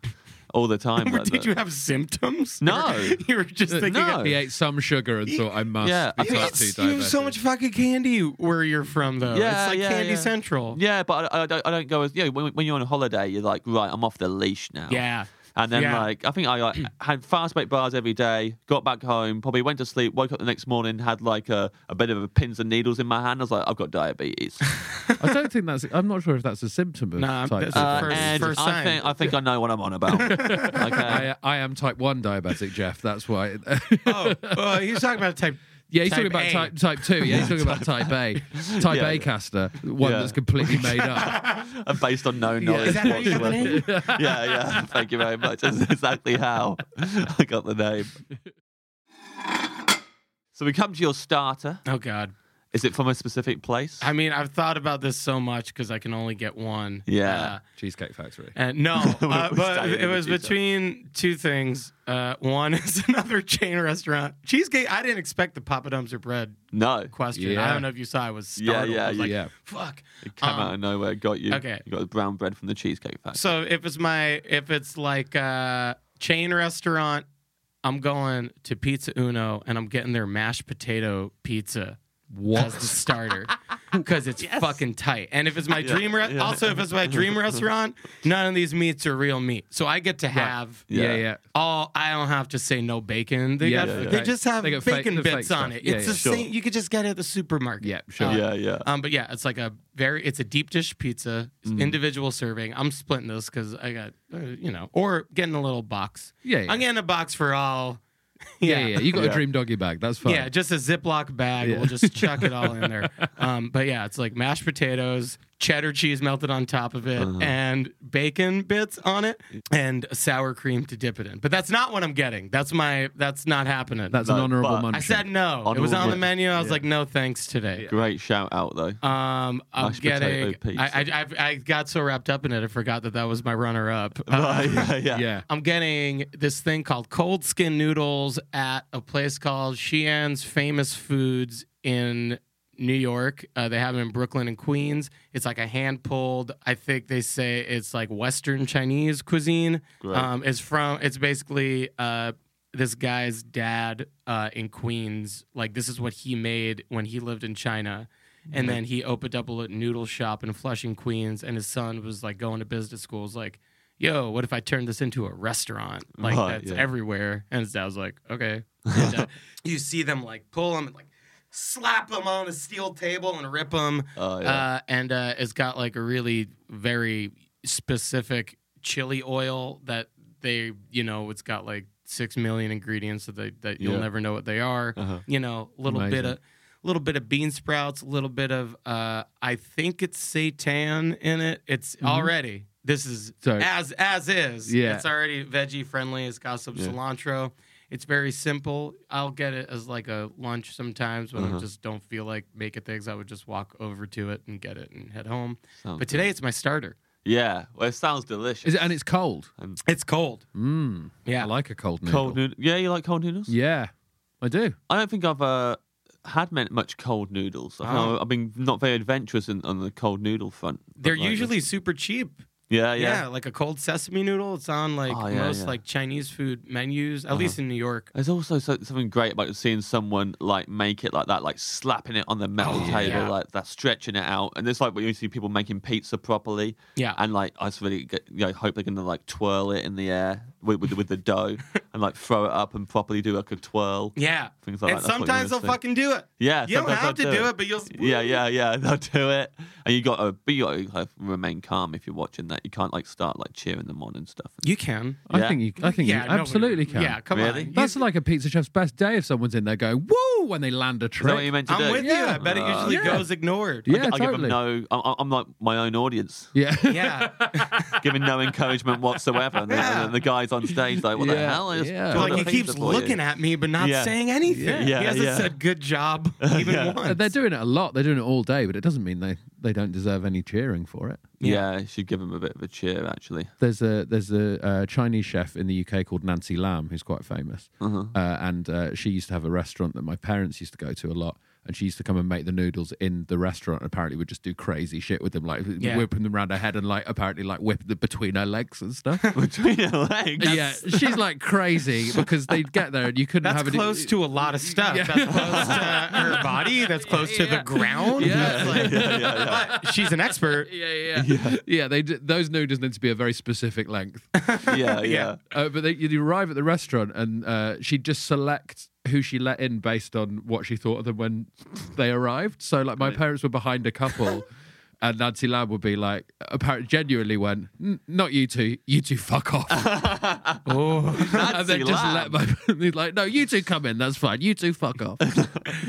S4: all
S5: [LAUGHS]
S4: the time. like
S5: Did
S4: that.
S5: you have symptoms?
S4: No.
S5: Or [LAUGHS] you were just thinking.
S4: No.
S2: He ate some sugar and thought, I must
S4: Yeah, I
S2: be
S4: think
S2: type
S4: it's-
S2: 2
S5: You have so
S2: diabetic."
S5: much fucking candy where you're from, though.
S4: Yeah,
S5: it's like
S4: yeah,
S5: Candy
S4: yeah.
S5: Central.
S4: Yeah, but I, I, don't, I don't go as, you know, when, when you're on a holiday, you're like, right, I'm off the leash now.
S5: Yeah.
S4: And then
S5: Yeah.
S4: like I think
S5: [CLEARS THROAT]
S4: I like, had fast break bars every day. Got back home, probably went to sleep, woke up the next morning, had like a, a bit of a pins and needles in my hand. I was like, I've got
S5: [LAUGHS]
S4: diabetes.
S2: I don't think that's. I'm not sure if that's a symptom of
S5: Nah,
S2: type.
S5: that's a
S2: two.
S5: first-
S4: and
S5: first
S4: I
S5: sign. uh,
S4: think I think I know what I'm
S5: [LAUGHS]
S4: on about. okay.
S2: I, I am type one diabetic, Jeff. That's why.
S5: [LAUGHS]
S2: [LAUGHS]
S5: Oh, well, he's talking about type.
S2: Yeah, he's talking
S5: Type
S2: about
S5: A.
S2: type type two. Yeah, he's talking about type
S4: [LAUGHS]
S2: A, type
S4: Yeah.
S2: A caster, one
S4: Yeah.
S2: that's completely made
S4: [LAUGHS]
S2: up.
S4: and based on no knowledge.
S5: that how you got the
S4: whatsoever. [LAUGHS] yeah, yeah. Thank you very much. That's exactly how I got the name. So we come to your starter.
S5: Oh God.
S4: Is it from a specific place?
S5: I mean, I've thought about this so much because I can only get one.
S4: Yeah.
S5: Uh,
S2: Cheesecake Factory.
S5: and no,
S4: [LAUGHS] We're
S5: uh, but
S4: starting
S5: it
S4: with
S5: was
S4: pizza.
S5: between two things. Uh, one [LAUGHS] is another chain restaurant cheesecake. I didn't expect the Papa Dumps or bread
S4: no.
S5: question. I
S2: Yeah.
S5: don't know if you saw. I was
S4: Yeah,
S5: startled.
S4: yeah,
S5: I was like,
S2: yeah.
S5: Fuck.
S4: It came out of nowhere. Got you.
S5: Um, okay.
S4: You got the brown bread from the cheesecake factory.
S5: So if it's my if it's like a chain restaurant, I'm going to Pizza Uno and I'm getting their mashed potato pizza as the starter
S2: [LAUGHS]
S5: because it's fucking tight. And if it's my dream, re- also if it's my dream restaurant, none of these meats are real meat, so I get to have.
S2: Yeah, yeah.
S5: All I don't have to say no bacon. They,
S2: Yeah,
S5: got,
S2: yeah, yeah.
S5: they just have
S2: They got fake-
S5: bacon
S2: the fake
S5: bits on
S2: stuff.
S5: it.
S2: Yeah,
S5: it's
S2: yeah,
S5: the
S4: sure.
S5: same. You could just get it at the supermarket.
S2: Yeah, sure.
S4: yeah, yeah.
S5: Um, but yeah, it's like a very it's a deep dish pizza, it's
S2: Mm.
S5: individual serving. I'm splitting this because I got uh, you know, or getting a little box.
S2: Yeah, yeah.
S5: I'm getting a box for all.
S2: yeah, yeah, yeah. You got
S4: Yeah.
S2: a dream doggy bag. That's fine.
S5: Yeah, just a Ziploc bag.
S2: Yeah.
S5: We'll just chuck it all
S2: [LAUGHS]
S5: in there. Um, but yeah, it's like mashed potatoes, cheddar cheese melted on top of it,
S2: Uh-huh.
S5: and bacon bits on it, and sour cream to dip it in. But that's not what I'm getting. That's my. That's not happening.
S2: that's an
S4: No,
S2: honourable
S4: but-
S2: munch.
S5: I said no. it was
S4: Honorable
S5: on the
S4: men-
S5: menu. I was like, no, thanks today.
S4: Great shout out though. [LAUGHS]
S5: Um, I'm
S4: Mashed potato
S5: getting.
S4: pizza.
S5: I, I, I I got so wrapped up in it, I forgot that that was my runner up.
S4: [LAUGHS] Oh, yeah, yeah.
S2: Yeah.
S5: I'm getting this thing called cold skin noodles at a place called Sheehan's Famous Foods in New York. Uh, they have them in Brooklyn and Queens. It's like a hand pulled. I think they say it's like Western Chinese cuisine. Um, it's from. It's basically uh, this guy's dad uh, in Queens. Like this is what he made when he lived in China. And then he opened up a little noodle shop in Flushing, Queens, and his son was like going to business school. Was like, yo, what if I turned this into a restaurant? Like
S4: Right,
S5: that's
S4: yeah.
S5: everywhere. And his dad was like, okay. And, uh, you see them like pull him and like slap him on the steel table and rip him.
S4: Oh, yeah.
S5: Uh, and uh, it's got like a really very specific chili oil that they, you know, it's got like six million ingredients that they, that you'll
S4: Yeah. Uh-huh.
S5: never know what they are. You know, little bit
S2: Amazing.
S5: of. Little bit of bean sprouts, a little bit of uh, I think it's seitan in it. It's
S4: Mm-hmm.
S5: already this is
S2: So-
S5: as as is.
S2: Yeah.
S5: It's already veggie friendly. It's got some cilantro. It's very simple. I'll get it as like a lunch sometimes when
S4: Uh-huh.
S5: I just don't feel like making things. I would just walk over to it and get it and head home. but today it's my starter.
S4: Yeah. Well, it sounds delicious.
S2: Is it, and it's cold.
S5: It's cold.
S4: Mmm.
S2: Yeah. I like a cold noodle.
S4: cold noodle? Yeah, you like cold noodles?
S2: Yeah, I do.
S4: I don't think I've uh, had meant much cold noodles. I
S5: Oh.
S4: have been not very adventurous in, on the cold noodle front. but
S5: They're
S4: like-
S5: usually super cheap.
S4: yeah,
S5: Yeah.
S4: yeah.
S5: like a cold sesame noodle. It's on like
S4: Oh, yeah,
S5: most
S4: yeah. Uh-huh.
S5: like Chinese food menus, at least in New York.
S4: There's also so, something great about seeing someone like make it like that, like slapping it on the metal
S5: Oh,
S4: table,
S5: yeah.
S4: like that, stretching it out. And it's like when you see people making pizza properly.
S5: Yeah.
S4: And like, I just really get, you know, hope they're gonna like twirl it in the air with with, with the
S5: [LAUGHS]
S4: dough and like throw it up and properly do like a twirl.
S5: Yeah,
S4: Things like
S5: and
S4: that. That's what you
S5: sometimes they'll
S4: wanna see.
S5: fucking do it.
S4: Yeah,
S5: you don't
S4: sometimes
S5: have to
S4: they'll
S5: do
S4: do
S5: it,
S4: it.
S5: but you'll.
S4: Yeah, yeah, yeah. [LAUGHS] They'll do it, and you got to, but you got to remain calm if you're watching that. You can't like start like cheering them on and stuff.
S5: You can.
S4: Yeah.
S2: I think you. I think you
S5: nobody-
S2: absolutely can.
S5: Yeah, come
S4: Really?
S5: on.
S2: That's like a pizza chef's best day if someone's in there going woo when they land a
S4: Is that what you
S2: trick.
S4: meant to do?
S5: I'm with you. I
S2: Yeah.
S5: bet it
S4: Uh,
S5: usually
S2: yeah.
S5: goes ignored.
S2: Yeah,
S4: I give them
S2: totally.
S4: no. I'm, I'm like my own audience,
S2: Yeah, [LAUGHS]
S5: Yeah.
S4: giving no encouragement whatsoever. And, the, and the guy's on stage like, "What the
S2: Yeah,
S4: hell?" I just
S2: yeah.
S5: like
S4: put a
S5: he
S4: pizza
S5: keeps
S4: for you."
S5: looking at me but not
S4: Yeah.
S5: saying anything.
S4: Yeah,
S5: he hasn't
S4: yeah.
S5: said
S2: [LAUGHS]
S5: good job even once.
S2: they're doing it a lot. They're doing it all day, but it doesn't mean they they don't deserve any cheering for it.
S4: Yeah, you should give him a bit of a cheer. Actually, [LAUGHS]
S2: there's a there's a uh, Chinese chef in the UK called Nancy Lam who's quite famous, uh and uh, she used to have a restaurant that my parents used to go to a lot, and she used to come and make the noodles in the restaurant. Apparently, would just do crazy shit with them, like
S5: Yeah.
S2: whipping them around her head and like apparently like whip them between her legs and
S5: [LAUGHS]
S2: stuff.
S4: between her legs.
S2: yeah, she's like crazy because they'd get there and you couldn't
S5: That's
S2: have any.
S5: close to a lot of stuff. That's close to her body. That's close to the ground. Yeah. [LAUGHS] But she's
S2: [LAUGHS]
S5: an expert.
S6: Yeah, yeah.
S2: yeah, they d- those noodles need to be a very specific length.
S5: [LAUGHS]
S4: yeah, yeah.
S2: Uh, but they, you'd arrive at the restaurant and uh, she'd just select who she let in based on what she thought of them when they arrived. So, like, my parents were behind a couple. And Nancy Lamb would be like, apparently, genuinely went, "N- not you two, you two fuck off. Oh. and then
S4: Nancy
S2: just let
S4: Lamb.
S2: my, [LAUGHS] he's like, no, you two come in, that's fine, you two fuck off.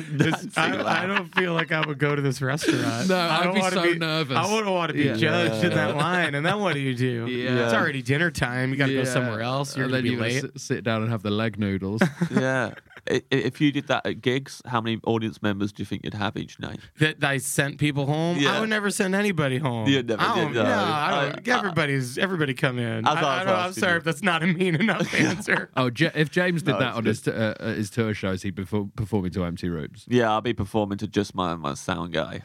S5: This- I, I don't feel like I would go to this restaurant.
S2: No,
S5: I
S2: I'd
S5: don't
S2: be
S5: wanna
S2: so nervous.
S5: I wouldn't want to be
S2: Yeah.
S5: judged in that line. And then what do you do?
S2: Yeah.
S5: It's already dinner time. You got to
S2: Yeah.
S5: go somewhere else. You're
S2: and
S5: going
S2: then
S5: to be
S2: you gotta
S5: late.
S2: sit- sit down and have the leg noodles.
S4: yeah. I- i- If you did that at gigs, how many audience members do you think you'd have each night?
S5: that I sent people home. I
S4: Yeah.
S5: would never send anybody home.
S4: You never
S5: I
S4: did,
S5: don't-
S4: no.
S5: No, I don't.
S4: I- I-
S5: everybody's everybody come in.
S4: I
S5: I
S4: thought
S5: I,
S4: that's
S5: don't,
S4: what I
S5: I'm
S4: was
S5: sorry
S4: thinking.
S5: if that's not a mean
S4: [LAUGHS]
S5: enough answer.
S2: Oh, Ja- if James did
S4: No,
S2: that
S4: it's
S2: on his, t- uh, uh, his tour shows, he'd be perform- performing to empty rooms.
S4: Yeah, I'll be performing to just my my sound guy.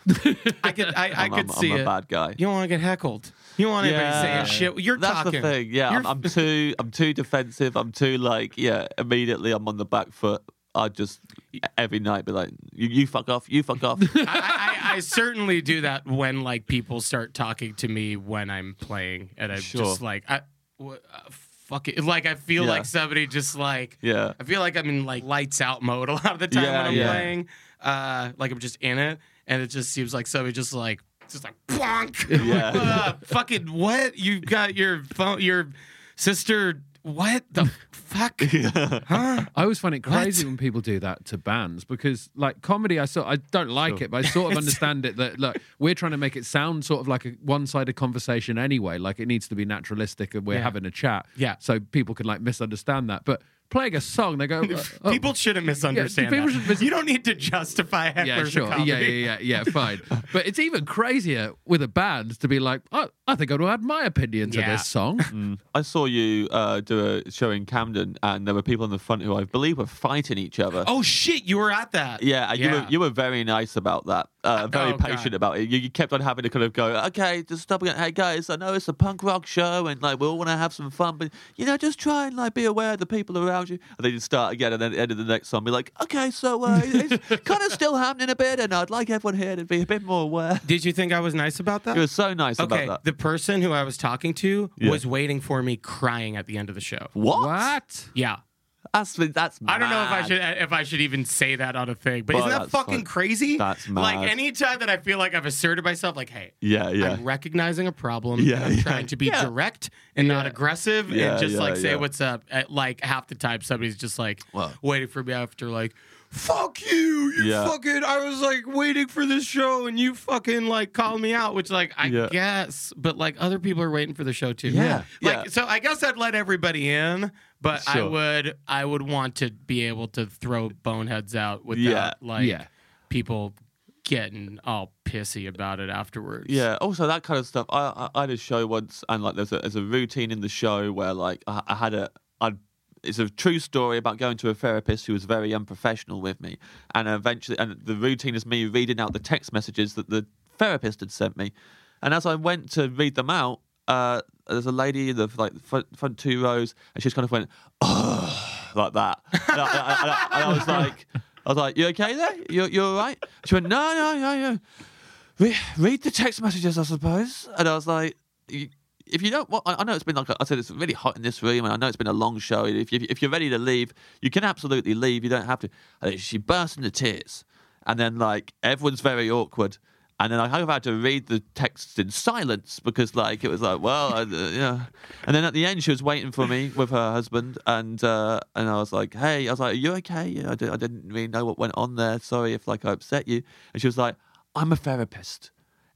S5: I could [LAUGHS] I, I
S4: I'm,
S5: could
S4: I'm,
S5: see
S4: I'm
S5: it.
S4: a bad guy.
S5: You don't want to get heckled. You don't want
S4: Yeah.
S5: anybody saying shit. You're
S4: That's
S5: talking.
S4: the thing. Yeah, I'm,
S5: You're- [LAUGHS]
S4: I'm too. I'm too defensive. I'm too like. Yeah, immediately I'm on the back foot. I just every night be like, you, you fuck off. You
S5: [LAUGHS]
S4: fuck off.
S5: I, I, I certainly do that when like people start talking to me when I'm playing, and I'm
S4: Sure.
S5: just like, I, wha- uh, fuck it. Like I feel
S4: Yeah.
S5: like somebody just like,
S4: Yeah.
S5: I feel like I'm in like lights out mode a [LAUGHS] lot of the time
S4: Yeah,
S5: when I'm
S4: yeah.
S5: playing. Uh, like I'm just in it, and it just seems like somebody just like, just like, [LAUGHS] plonk.
S4: [LAUGHS] Yeah.
S5: Uh, fucking what? You got your phone, your sister. What the
S4: [LAUGHS]
S5: fuck? Huh?
S2: I always find it
S5: What?
S2: crazy when people do that to bands because, like, comedy, I sort I don't like it, but I [LAUGHS] sort of understand it that look, we're trying to make it sound sort of like a one-sided conversation anyway. Like it needs to be naturalistic, and we're
S5: Yeah.
S2: having a chat,
S5: Yeah.
S2: so people can like misunderstand that. But playing a song, they [LAUGHS] go, oh,
S5: People shouldn't misunderstand.
S2: people
S5: that.
S2: should mis-
S5: you don't need to justify hecklers.
S2: yeah,
S5: of
S2: sure, yeah, yeah,
S5: comedy.
S2: yeah, [LAUGHS] yeah, fine. But it's even crazier with a band to be like, oh, I think I'm going to add my opinion to
S5: Yeah.
S2: this song.
S4: I saw you uh, do a show in Camden, and there were people in the front who I believe were fighting each other.
S5: Oh shit, you were at that.
S4: Yeah, and you were you were very nice about that. Uh, very
S5: Oh, God.
S4: patient about it. You, you kept on having to kind of go, okay, just stop again. Hey guys, I know it's a punk rock show, and like we all want to have some fun, but you know, just try and like be aware of the people around you. And then you start again, and then at the end of the next song, be like, okay, so uh,
S5: [LAUGHS]
S4: it's kind of still happening a bit, and I'd like everyone here to be a bit more aware.
S5: Did you think I was nice about that?
S4: You were so nice
S5: okay,
S4: about that.
S5: the person who I was talking to was waiting for me crying at the end of the show.
S4: what?
S2: What?
S5: Yeah.
S4: That's that's.
S5: I don't know if I
S4: mad.
S5: should if I should even say that on a thing, but
S4: Well,
S5: isn't that
S4: that's
S5: fucking
S4: fine.
S5: crazy?
S4: That's mad.
S5: Like anytime that I feel like I've asserted myself, like, hey,
S4: Yeah, yeah.
S5: I'm recognizing a problem.
S4: Yeah,
S5: and I'm
S4: yeah.
S5: trying to be
S4: Yeah.
S5: direct and not aggressive
S4: Yeah,
S5: and just
S4: yeah,
S5: like say
S4: yeah.
S5: what's up. At, like half the time, somebody's just like waiting for me after like, "Fuck you, you
S4: Yeah.
S5: fucking." I was like waiting for this show and you fucking like called me out, which like I
S4: Yeah.
S5: guess, but like other people are waiting for the show too.
S4: Yeah,
S5: like
S4: yeah.
S5: so I guess I'd let everybody in, but I
S4: Sure.
S5: would I would want to be able to throw boneheads out without
S4: Yeah,
S5: like
S2: yeah.
S5: people getting all pissy about it afterwards.
S4: Yeah. Also, that kind of stuff. I, I I had a show once, and like there's a there's a routine in the show where like I, I had a I'd. It's a true story about going to a therapist who was very unprofessional with me, and eventually, and the routine is me reading out the text messages that the therapist had sent me, and as I went to read them out, uh, there's a lady in the like front, front two rows, and she's kind of went, like that. And I, and I- and I was like, I was like, you okay there? You you all right? She went, no, no, no, no. Re- read the text messages, I suppose. And I was like, "You- if you don't, want, I I know it's been like a- I said, it's really hot in this room, and I know it's been a long show. If you, if you're ready to leave, you can absolutely leave. You don't have to. And then she burst into tears, and then like everyone's very awkward. And then I kind of had to read the text in silence because, like, it was like, well, I, uh, yeah. And then at the end, she was waiting for me with her husband, and uh, and I was like, hey, I was like, are you okay? You know, I, did, I didn't really know what went on there. Sorry if like I upset you. And she was like, I'm a therapist,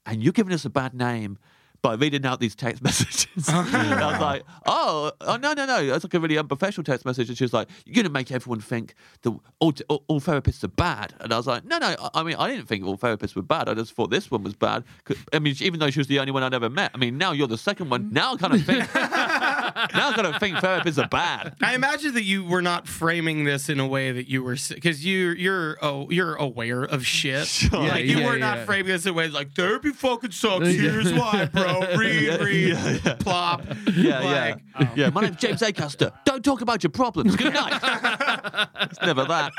S4: and you're giving us a bad name by reading out these text [LAUGHS] messages. and I was like, oh, oh, no, no, no. That's like a really unprofessional text message. And she was like, you're going to make everyone think that all, all, all therapists are bad. And I was like, no, no. I- I mean, I didn't think all therapists were bad. I just thought this one was bad. 'Cause- I mean, even though she was the only one I'd ever met. I mean, now you're the second one. Now I kind of think.
S3: now I've got to think therapists are bad.
S5: I imagine that you were not framing this in a way that you were because you you're oh you're aware
S3: [LAUGHS]
S5: of shit. Like you
S4: yeah,
S5: were not
S4: yeah.
S5: framing this in a way like therapy fucking sucks. Here's why,
S3: [LAUGHS]
S5: bro. Read, read, plop.
S3: Yeah,
S5: like,
S3: yeah. Yeah, my name's James Acaster. Don't talk about your problems. Good night. it's never that.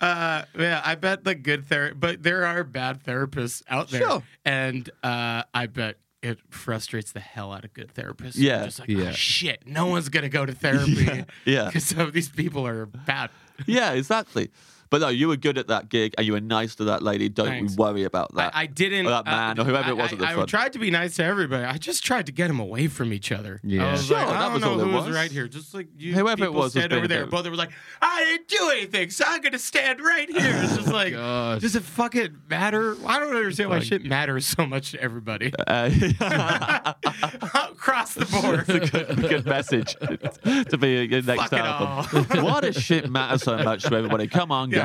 S5: Uh, yeah, I bet the good therapist, but there are bad therapists out there,
S3: Sure.
S5: and uh, I bet it frustrates the hell out of good therapists.
S3: Yeah.
S5: They're just like
S4: Yeah.
S5: "Oh, shit, no one's gonna go to therapy.
S3: [LAUGHS] yeah.
S5: because some of these people are bad.
S3: Yeah, exactly. But no, you were good at that gig and you were nice to that lady. Don't
S5: Thanks.
S3: worry about that.
S5: I, I didn't.
S3: Or that
S5: uh,
S3: man, or whoever it was
S5: I,
S3: at the
S5: I, I
S3: front.
S5: tried to be nice to everybody. I just tried to get them away from each other.
S4: Yeah.
S5: I was
S3: Sure,
S5: like,
S3: that
S5: I don't
S3: was
S5: know
S3: all it
S5: who was
S3: was.
S5: right here. Just like you,
S3: Whoever it
S5: people
S3: was was
S5: stand
S3: being
S5: over
S3: a
S5: there.
S3: dick.
S5: Brother was like, I didn't do anything, so I'm gonna stand right here. It's just like,
S4: God.
S5: does it fucking matter? I don't understand why shit matters so much
S3: [LAUGHS]
S5: to everybody
S3: Uh,
S5: [LAUGHS] across
S3: [LAUGHS]
S5: the
S3: it's a
S5: board.
S3: good, good
S5: [LAUGHS]
S3: message to be your next
S5: Fuck it
S3: album. [LAUGHS] Why does shit matter so much to everybody? Come on,
S5: Yeah,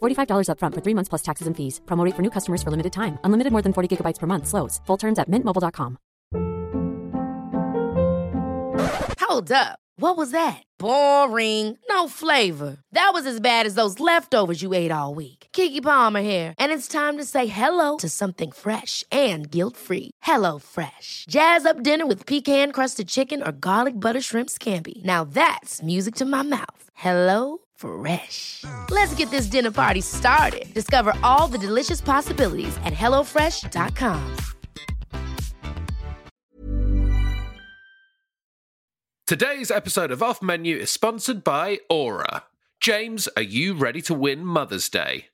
S7: $45 upfront for three months plus taxes and fees. Promo rate for new customers for limited time. Unlimited more than 40 gigabytes per month. Slows. Full terms at mintmobile.com.
S8: Hold up. What was that? Boring. No flavor. That was as bad as those leftovers you ate all week. Kiki Palmer here, and it's time to say hello to something fresh and guilt-free. Hello Fresh. Jazz up dinner with pecan-crusted chicken or garlic butter shrimp scampi. Now that's music to my mouth. Hello Fresh. Let's get this dinner party started. Discover all the delicious possibilities at hellofresh.com.
S2: [LAUGHS] Today's episode of Off Menu is sponsored by Aura. James, are you ready to win Mother's Day?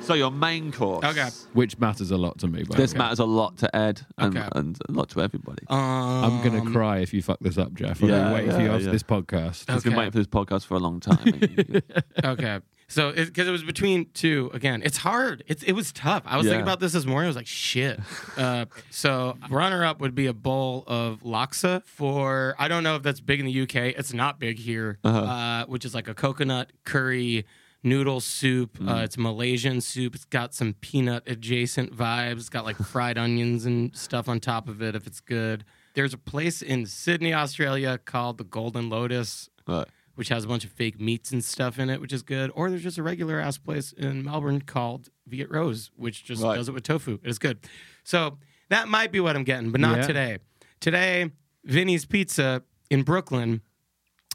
S3: So, your main course.
S5: Okay.
S4: Which matters a lot to me. By
S3: This
S4: the way.
S3: matters a lot to Ed and,
S5: Okay.
S3: and a lot to everybody.
S4: I'm gonna
S5: Um,
S4: cry if you fuck this up, Jeff. I'm
S3: yeah,
S4: gonna wait for you
S3: yeah,
S4: after
S3: yeah.
S4: this podcast.
S3: He's been
S5: Okay.
S3: waiting for this podcast for a long time.
S5: [LAUGHS]
S3: and you-
S5: okay. So, because it, was between two again, it's hard. It's it was tough. I was
S3: Yeah.
S5: thinking about this this morning. I was like, shit. Uh, so, runner up would be a bowl of laksa for I don't know if that's big in the UK. It's not big here, uh which is like a coconut curry noodle soup. Uh, it's Malaysian soup. It's got some peanut adjacent vibes. It's got like fried onions and stuff on top of it if it's good. There's a place in Sydney, Australia called the Golden Lotus
S3: Right.
S5: which has a bunch of fake meats and stuff in it, which is good. Or there's just a regular ass place in Melbourne called Viet Rose, which just
S3: Right.
S5: does it with tofu. It's good. So that might be what I'm getting, but not
S4: Yeah.
S5: today. Today, Vinny's Pizza in Brooklyn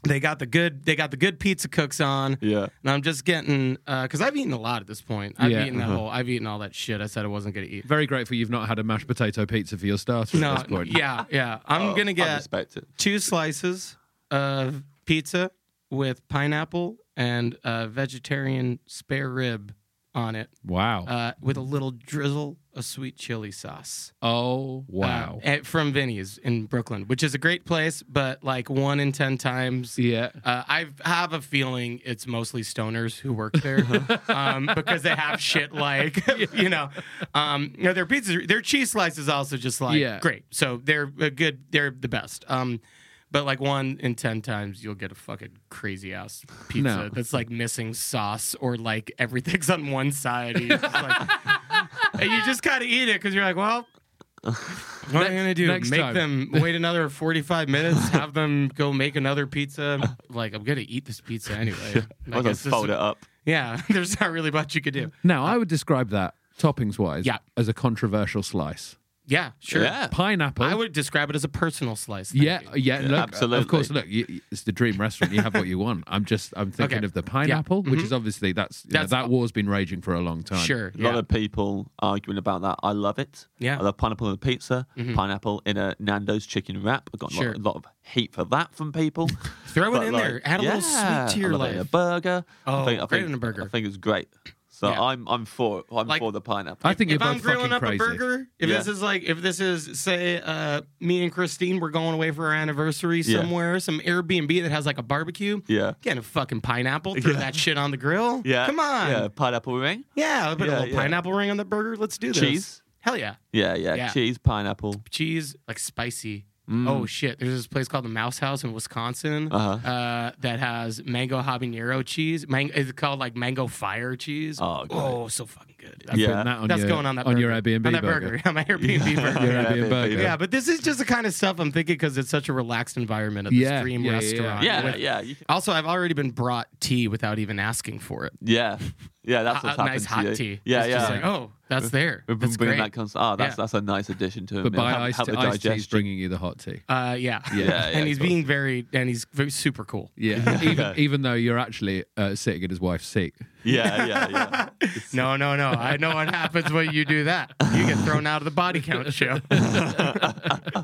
S5: they got the good they got the good pizza cooks on.
S4: Yeah.
S5: And I'm just getting because I've eaten a lot at this point. I've
S2: Yeah.
S5: eaten that whole I've eaten all that shit I said I wasn't gonna eat.
S2: Very grateful you've not had a mashed potato pizza for your starter at
S5: No,
S2: this point.
S5: yeah, yeah. I'm gonna
S4: I
S5: get
S4: respect it.
S5: two slices of pizza with pineapple and a vegetarian spare rib on it,
S2: Wow.
S5: uh, with a little drizzle of sweet chili sauce.
S2: oh wow.
S5: Uh, at- from Vinny's in Brooklyn, which is a great place, but like one in ten times.
S2: yeah.
S5: Uh, I have a feeling it's mostly stoners who work
S2: [LAUGHS]
S5: there
S2: Uh-huh.
S5: um, because they have shit like [LAUGHS] you know, um, you know their pizzas, their cheese slice is also just like
S2: Yeah.
S5: great. So they're a good, they're the best. Um, but like one in ten times, you'll get a fucking crazy ass pizza
S2: No.
S5: that's like missing sauce or like everything's on one side. And you're
S2: [LAUGHS]
S5: just, like, and you just gotta eat it because you're like, well. What am I gonna do?
S2: next
S5: Make
S2: time.
S5: them Mm, wait another forty-five minutes. Have them go make another pizza. Like I'm gonna eat this pizza anyway. I
S4: I'll
S5: guess
S4: just
S5: this-
S4: fold it up.
S5: Yeah, [LAUGHS] there's not really much you could do.
S2: Now I would describe that toppings wise
S5: Yeah.
S2: as a controversial slice.
S5: Yeah, sure.
S4: Yeah.
S2: Pineapple.
S5: I would describe it as a personal slice. thank
S2: Yeah,
S5: you.
S2: yeah, look, Of course,
S4: absolutely.
S2: look, you, you- it's the dream restaurant. You have what you
S5: [LAUGHS]
S2: want. I'm just, I'm thinking
S5: Okay. Mm-hmm.
S2: of the pineapple, which is obviously that's, you know,
S5: That's-
S2: that war's been raging for a long time.
S5: sure.
S4: A lot
S5: yeah.
S4: of people arguing about that. I love it.
S5: Yeah. Mm-hmm.
S4: I love pineapple on a pizza, pineapple in a Nando's chicken wrap. I got
S5: Sure.
S4: a, lot, a lot of heat for that from people.
S5: Throw
S4: But
S5: it in
S4: like,
S5: there. Add a little
S4: yeah,
S5: sweet to your
S4: I love it in a
S5: life.
S4: burger.
S5: Oh,
S4: I think, I
S5: great
S4: think-
S5: in a burger.
S4: I think it's great. So
S5: Yeah.
S4: I'm I'm for I'm
S5: Like-
S4: for the pineapple.
S2: I think
S5: If
S2: you're
S5: I'm
S2: both fucking
S5: grilling up
S2: crazy. [LAUGHS]
S5: a burger, if
S4: Yeah.
S5: this is like, if this is say, uh, me and Christine, we're going away for our anniversary
S4: Yeah.
S5: somewhere, some Airbnb that has like a barbecue.
S4: Yeah.
S5: Getting a fucking pineapple, throw that shit on the grill.
S4: Yeah.
S5: Come on.
S4: Yeah, pineapple ring.
S5: Yeah, a bit of
S4: Yeah,
S5: a little
S4: yeah.
S5: pineapple ring on the burger. Let's do this.
S4: Cheese?
S5: Hell yeah.
S4: Yeah, yeah,
S5: Yeah.
S4: Cheese, pineapple.
S5: Cheese, like spicy. Oh shit! There's this place called the Mouse House in Wisconsin uh
S4: Mm. Uh-huh.
S5: that has mango habanero cheese. Mango is called like mango fire chease.
S4: Oh, great.
S5: so fucking good. That's,
S4: Yeah.
S2: Putting that on
S5: that's
S2: your,
S5: going on that
S2: on
S5: burger.
S2: your Airbnb
S5: on that
S2: burger.
S5: burger, [LAUGHS] on my
S4: [LAUGHS]
S5: Airbnb burger.
S2: Your
S5: Yeah.
S2: Airbnb burger.
S5: but this is just the kind of stuff I'm thinking because it's such a relaxed environment at this
S2: Yeah,
S5: dream
S2: yeah, yeah, yeah.
S5: restaurant.
S4: Yeah,
S5: with-
S4: yeah, you-
S5: Also, I've already been brought tea without even asking for it.
S4: Yeah. Yeah, that's what's
S5: Hot-
S4: happened
S5: uh, nice
S4: to
S5: hot
S4: you.
S5: tea.
S4: Yeah,
S5: It's
S4: yeah.
S5: just like, oh, that's there.
S4: We've been
S5: That's
S4: bringing
S5: great.
S4: that constant. Oh, that's
S5: Yeah.
S4: that's a nice addition to
S2: But
S4: it.
S2: by
S4: Help-
S2: iced,
S4: help with
S2: iced tea is
S4: digestion.
S2: bringing you the hot tea.
S5: Uh, yeah.
S2: Yeah.
S4: [LAUGHS] Yeah, yeah,
S5: and he's
S4: cool.
S5: being very, and he's very super cool.
S2: Yeah, even, even though you're actually uh, sitting in his wife's seat.
S4: Yeah, yeah,
S5: [LAUGHS]
S4: yeah.
S5: No, no, no. I know
S4: [LAUGHS]
S5: what happens when you do that. You get thrown out of the body count show.
S4: [LAUGHS]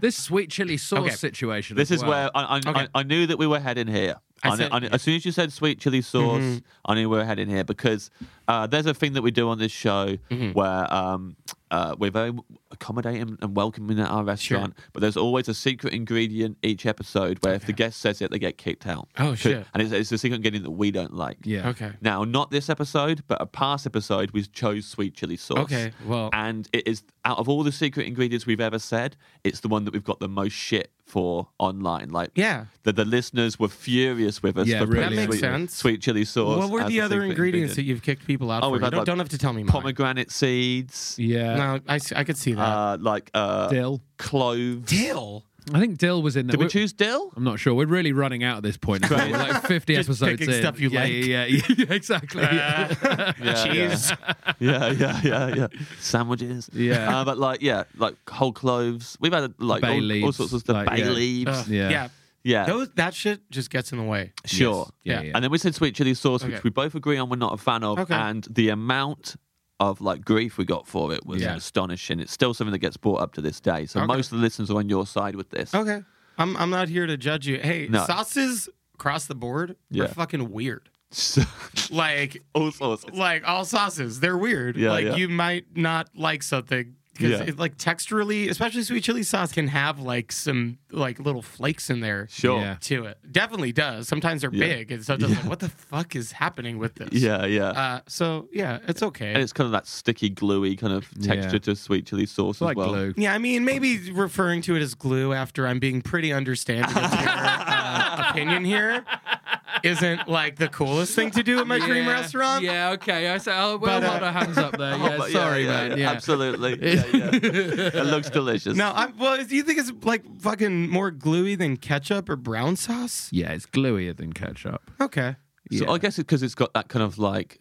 S2: This sweet chili sauce
S5: Okay.
S2: situation.
S4: This
S2: as
S4: is
S2: well.
S4: where I, I,
S5: Okay.
S4: I, I knew that we were heading here.
S5: I Mm-hmm.
S4: I knew-
S5: said-
S4: I knew- as soon as you said sweet chili sauce, I knew we were heading here because uh, there's a thing that we do on this show
S5: Mm-hmm.
S4: where um, uh, we're very accommodating and welcoming at our restaurant, but there's always a secret ingredient each episode where if the guest says it, they get kicked out.
S5: Oh, shit.
S4: And it's, it's a secret ingredient that we don't like.
S2: Yeah.
S5: Okay.
S4: Now, not this episode, but a past episode, we chose sweet chili sauce.
S5: Okay, well-
S4: and it is out of all the secret ingredients we've ever said, it's the one that we've got the most shit for online. Like,
S5: Yeah.
S4: the, the listeners were furious with us
S2: Yeah,
S4: for
S2: really.
S4: putting
S2: That makes
S4: sweet,
S5: sense.
S4: sweet chili sauce.
S5: What were
S4: as
S5: the
S4: a
S5: other
S4: secret
S5: ingredients that
S4: ingredient.
S5: you've kicked people out
S4: Oh,
S5: for?
S4: we've
S5: You
S4: had
S5: don't,
S4: like
S5: don't have to tell me. Mine.
S4: pomegranate seeds,
S2: Yeah.
S5: No, I, s- I could see that.
S4: uh, like uh,
S2: Dill.
S4: cloves.
S5: Dill. um,
S2: I think dill was in there.
S4: Did we
S2: We're-
S5: [LAUGHS]
S4: choose dill?
S2: I'm not sure. We're really running out at this point. We're like 50
S5: Just
S2: episodes
S5: picking
S2: in.
S5: stuff you
S2: yeah,
S5: like.
S2: Yeah, yeah, [LAUGHS] yeah, exactly. yeah.
S5: [LAUGHS]
S4: Uh, Yeah,
S5: Cheese.
S4: Yeah, yeah, yeah, yeah. Sandwiches.
S2: Yeah.
S4: Uh, but like, yeah, like whole cloves. We've had like
S2: Bay
S4: all, all
S2: leaves,
S4: sorts of stuff.
S2: like,
S4: bay
S2: yeah.
S4: leaves.
S5: Ugh,
S2: Yeah.
S5: yeah.
S4: yeah.
S5: Uh, Those, that shit just gets in the way.
S4: Sure.
S2: Yeah,
S5: Yeah.
S2: yeah.
S4: And then we said sweet chili sauce,
S5: Okay.
S4: which we both agree on we're not a fan of.
S5: Okay.
S4: And the amount of like grief we got for it was
S2: Yeah.
S4: astonishing. It's still something that gets brought up to this day. So
S5: Okay.
S4: most of the listeners are on your side with this.
S5: Okay. I'm, I'm not here to judge you. Hey,
S4: No.
S5: sauces across the board are
S4: Yeah.
S5: fucking weird.
S4: [LAUGHS] So-
S5: Like,
S4: all sauces.
S5: like all sauces. They're weird.
S4: Yeah,
S5: like
S4: yeah.
S5: you might not like something
S4: Yeah.
S5: because it like texturally, especially sweet chili sauce can have like some like little flakes in there.
S4: Sure.
S2: Yeah.
S4: Yeah,
S5: To it, definitely does. Sometimes they're
S4: Yeah.
S5: big, and sometimes like, what the fuck is happening with this?
S4: yeah.
S5: Uh, so yeah, it's okay.
S4: and it's kind of that sticky, gluey kind of texture
S2: Yeah.
S4: to sweet chili sauce
S2: It's like
S4: as well. [LAUGHS]
S2: glue.
S5: yeah, I mean, maybe referring to it as glue after I'm being pretty understanding of your
S4: [LAUGHS]
S5: uh, opinion here isn't like the coolest thing to do at my dream restaurant.
S2: Yeah, okay. I say, oh, well,
S5: But, uh,
S2: hold our hands up
S5: [LAUGHS]
S2: there. Yeah,
S4: But
S2: sorry, man. Yeah. [LAUGHS]
S4: Absolutely. Yeah, yeah. it looks delicious.
S5: No, I'm, well, do you think it's like fucking more gluey than ketchup or brown sauce?
S2: Yeah, it's gluier than ketchup.
S5: Okay,
S4: So I guess because it's got that kind of like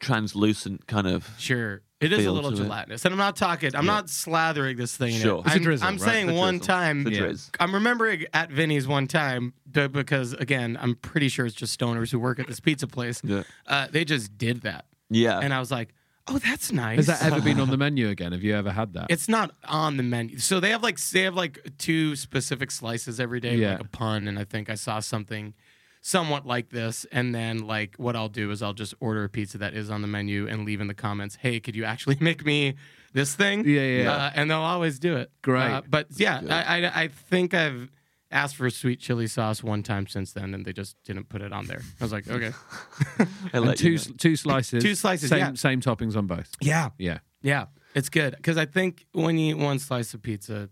S4: translucent kind of
S5: sure. It is a
S4: feel
S5: little
S4: to it.
S5: gelatinous, and I'm not talking. I'm not slathering this thing. in it.
S4: Sure. It's a
S5: I'm,
S2: drizzle,
S5: I'm
S2: right?
S5: saying
S2: It's a
S5: one
S4: drizzle.
S5: time.
S4: It's a
S5: Yeah.
S4: drizz.
S5: I'm remembering at Vinny's one time b- because again, I'm pretty sure it's just stoners who work at this pizza place.
S4: Yeah.
S5: Uh, they just did that,
S4: Yeah.
S5: and I was like, "Oh, that's nice."
S2: Has that ever been
S5: [LAUGHS]
S2: on the menu again? Have you ever had that?
S5: It's not on the menu. So they have like they have like two specific slices every day,
S2: Yeah.
S5: like a pun, and I think I saw something somewhat like this. And then like what I'll do is I'll just order a pizza that is on the menu and leave in the comments, "Hey, could you actually [LAUGHS] make me this thing?"
S2: Yeah, yeah, yeah.
S5: Uh, and they'll always do it.
S2: Great.
S5: Uh, but yeah, I, I I think I've asked for sweet chili sauce one time since then, and they just didn't put it on there. I was like, okay,
S4: I'll
S2: and
S4: let you
S2: two
S4: know.
S2: two slices.
S5: Two slices,
S2: Same
S5: yeah.
S2: same toppings on both.
S5: yeah,
S2: Yeah.
S5: Yeah, it's good because I think when you eat one slice of pizza,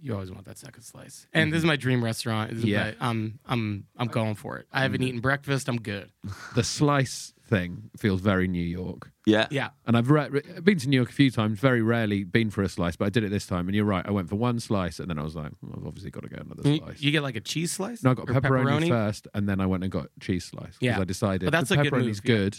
S5: you always want that second slice. And this is my dream restaurant. This is
S2: Mm-hmm. Yeah. Mm-hmm.
S5: my- I'm I'm I'm going for it. I haven't eaten breakfast. I'm good.
S2: The slice thing feels very New York.
S4: Yeah.
S5: Yeah,
S2: And I've re- re- been to New York a few times, very rarely been for a slice, but I did it this time. And you're right, I went for one slice, and then I was like, well, I've obviously got to get another
S5: you,
S2: slice.
S5: you get like a cheese slice.
S2: no, I got
S5: or
S2: pepperoni, first, and then I went and got cheese slice because
S5: Yeah.
S2: I decided
S5: But that's
S2: the
S5: a good
S2: pepperoni's
S5: move, yeah.
S2: good,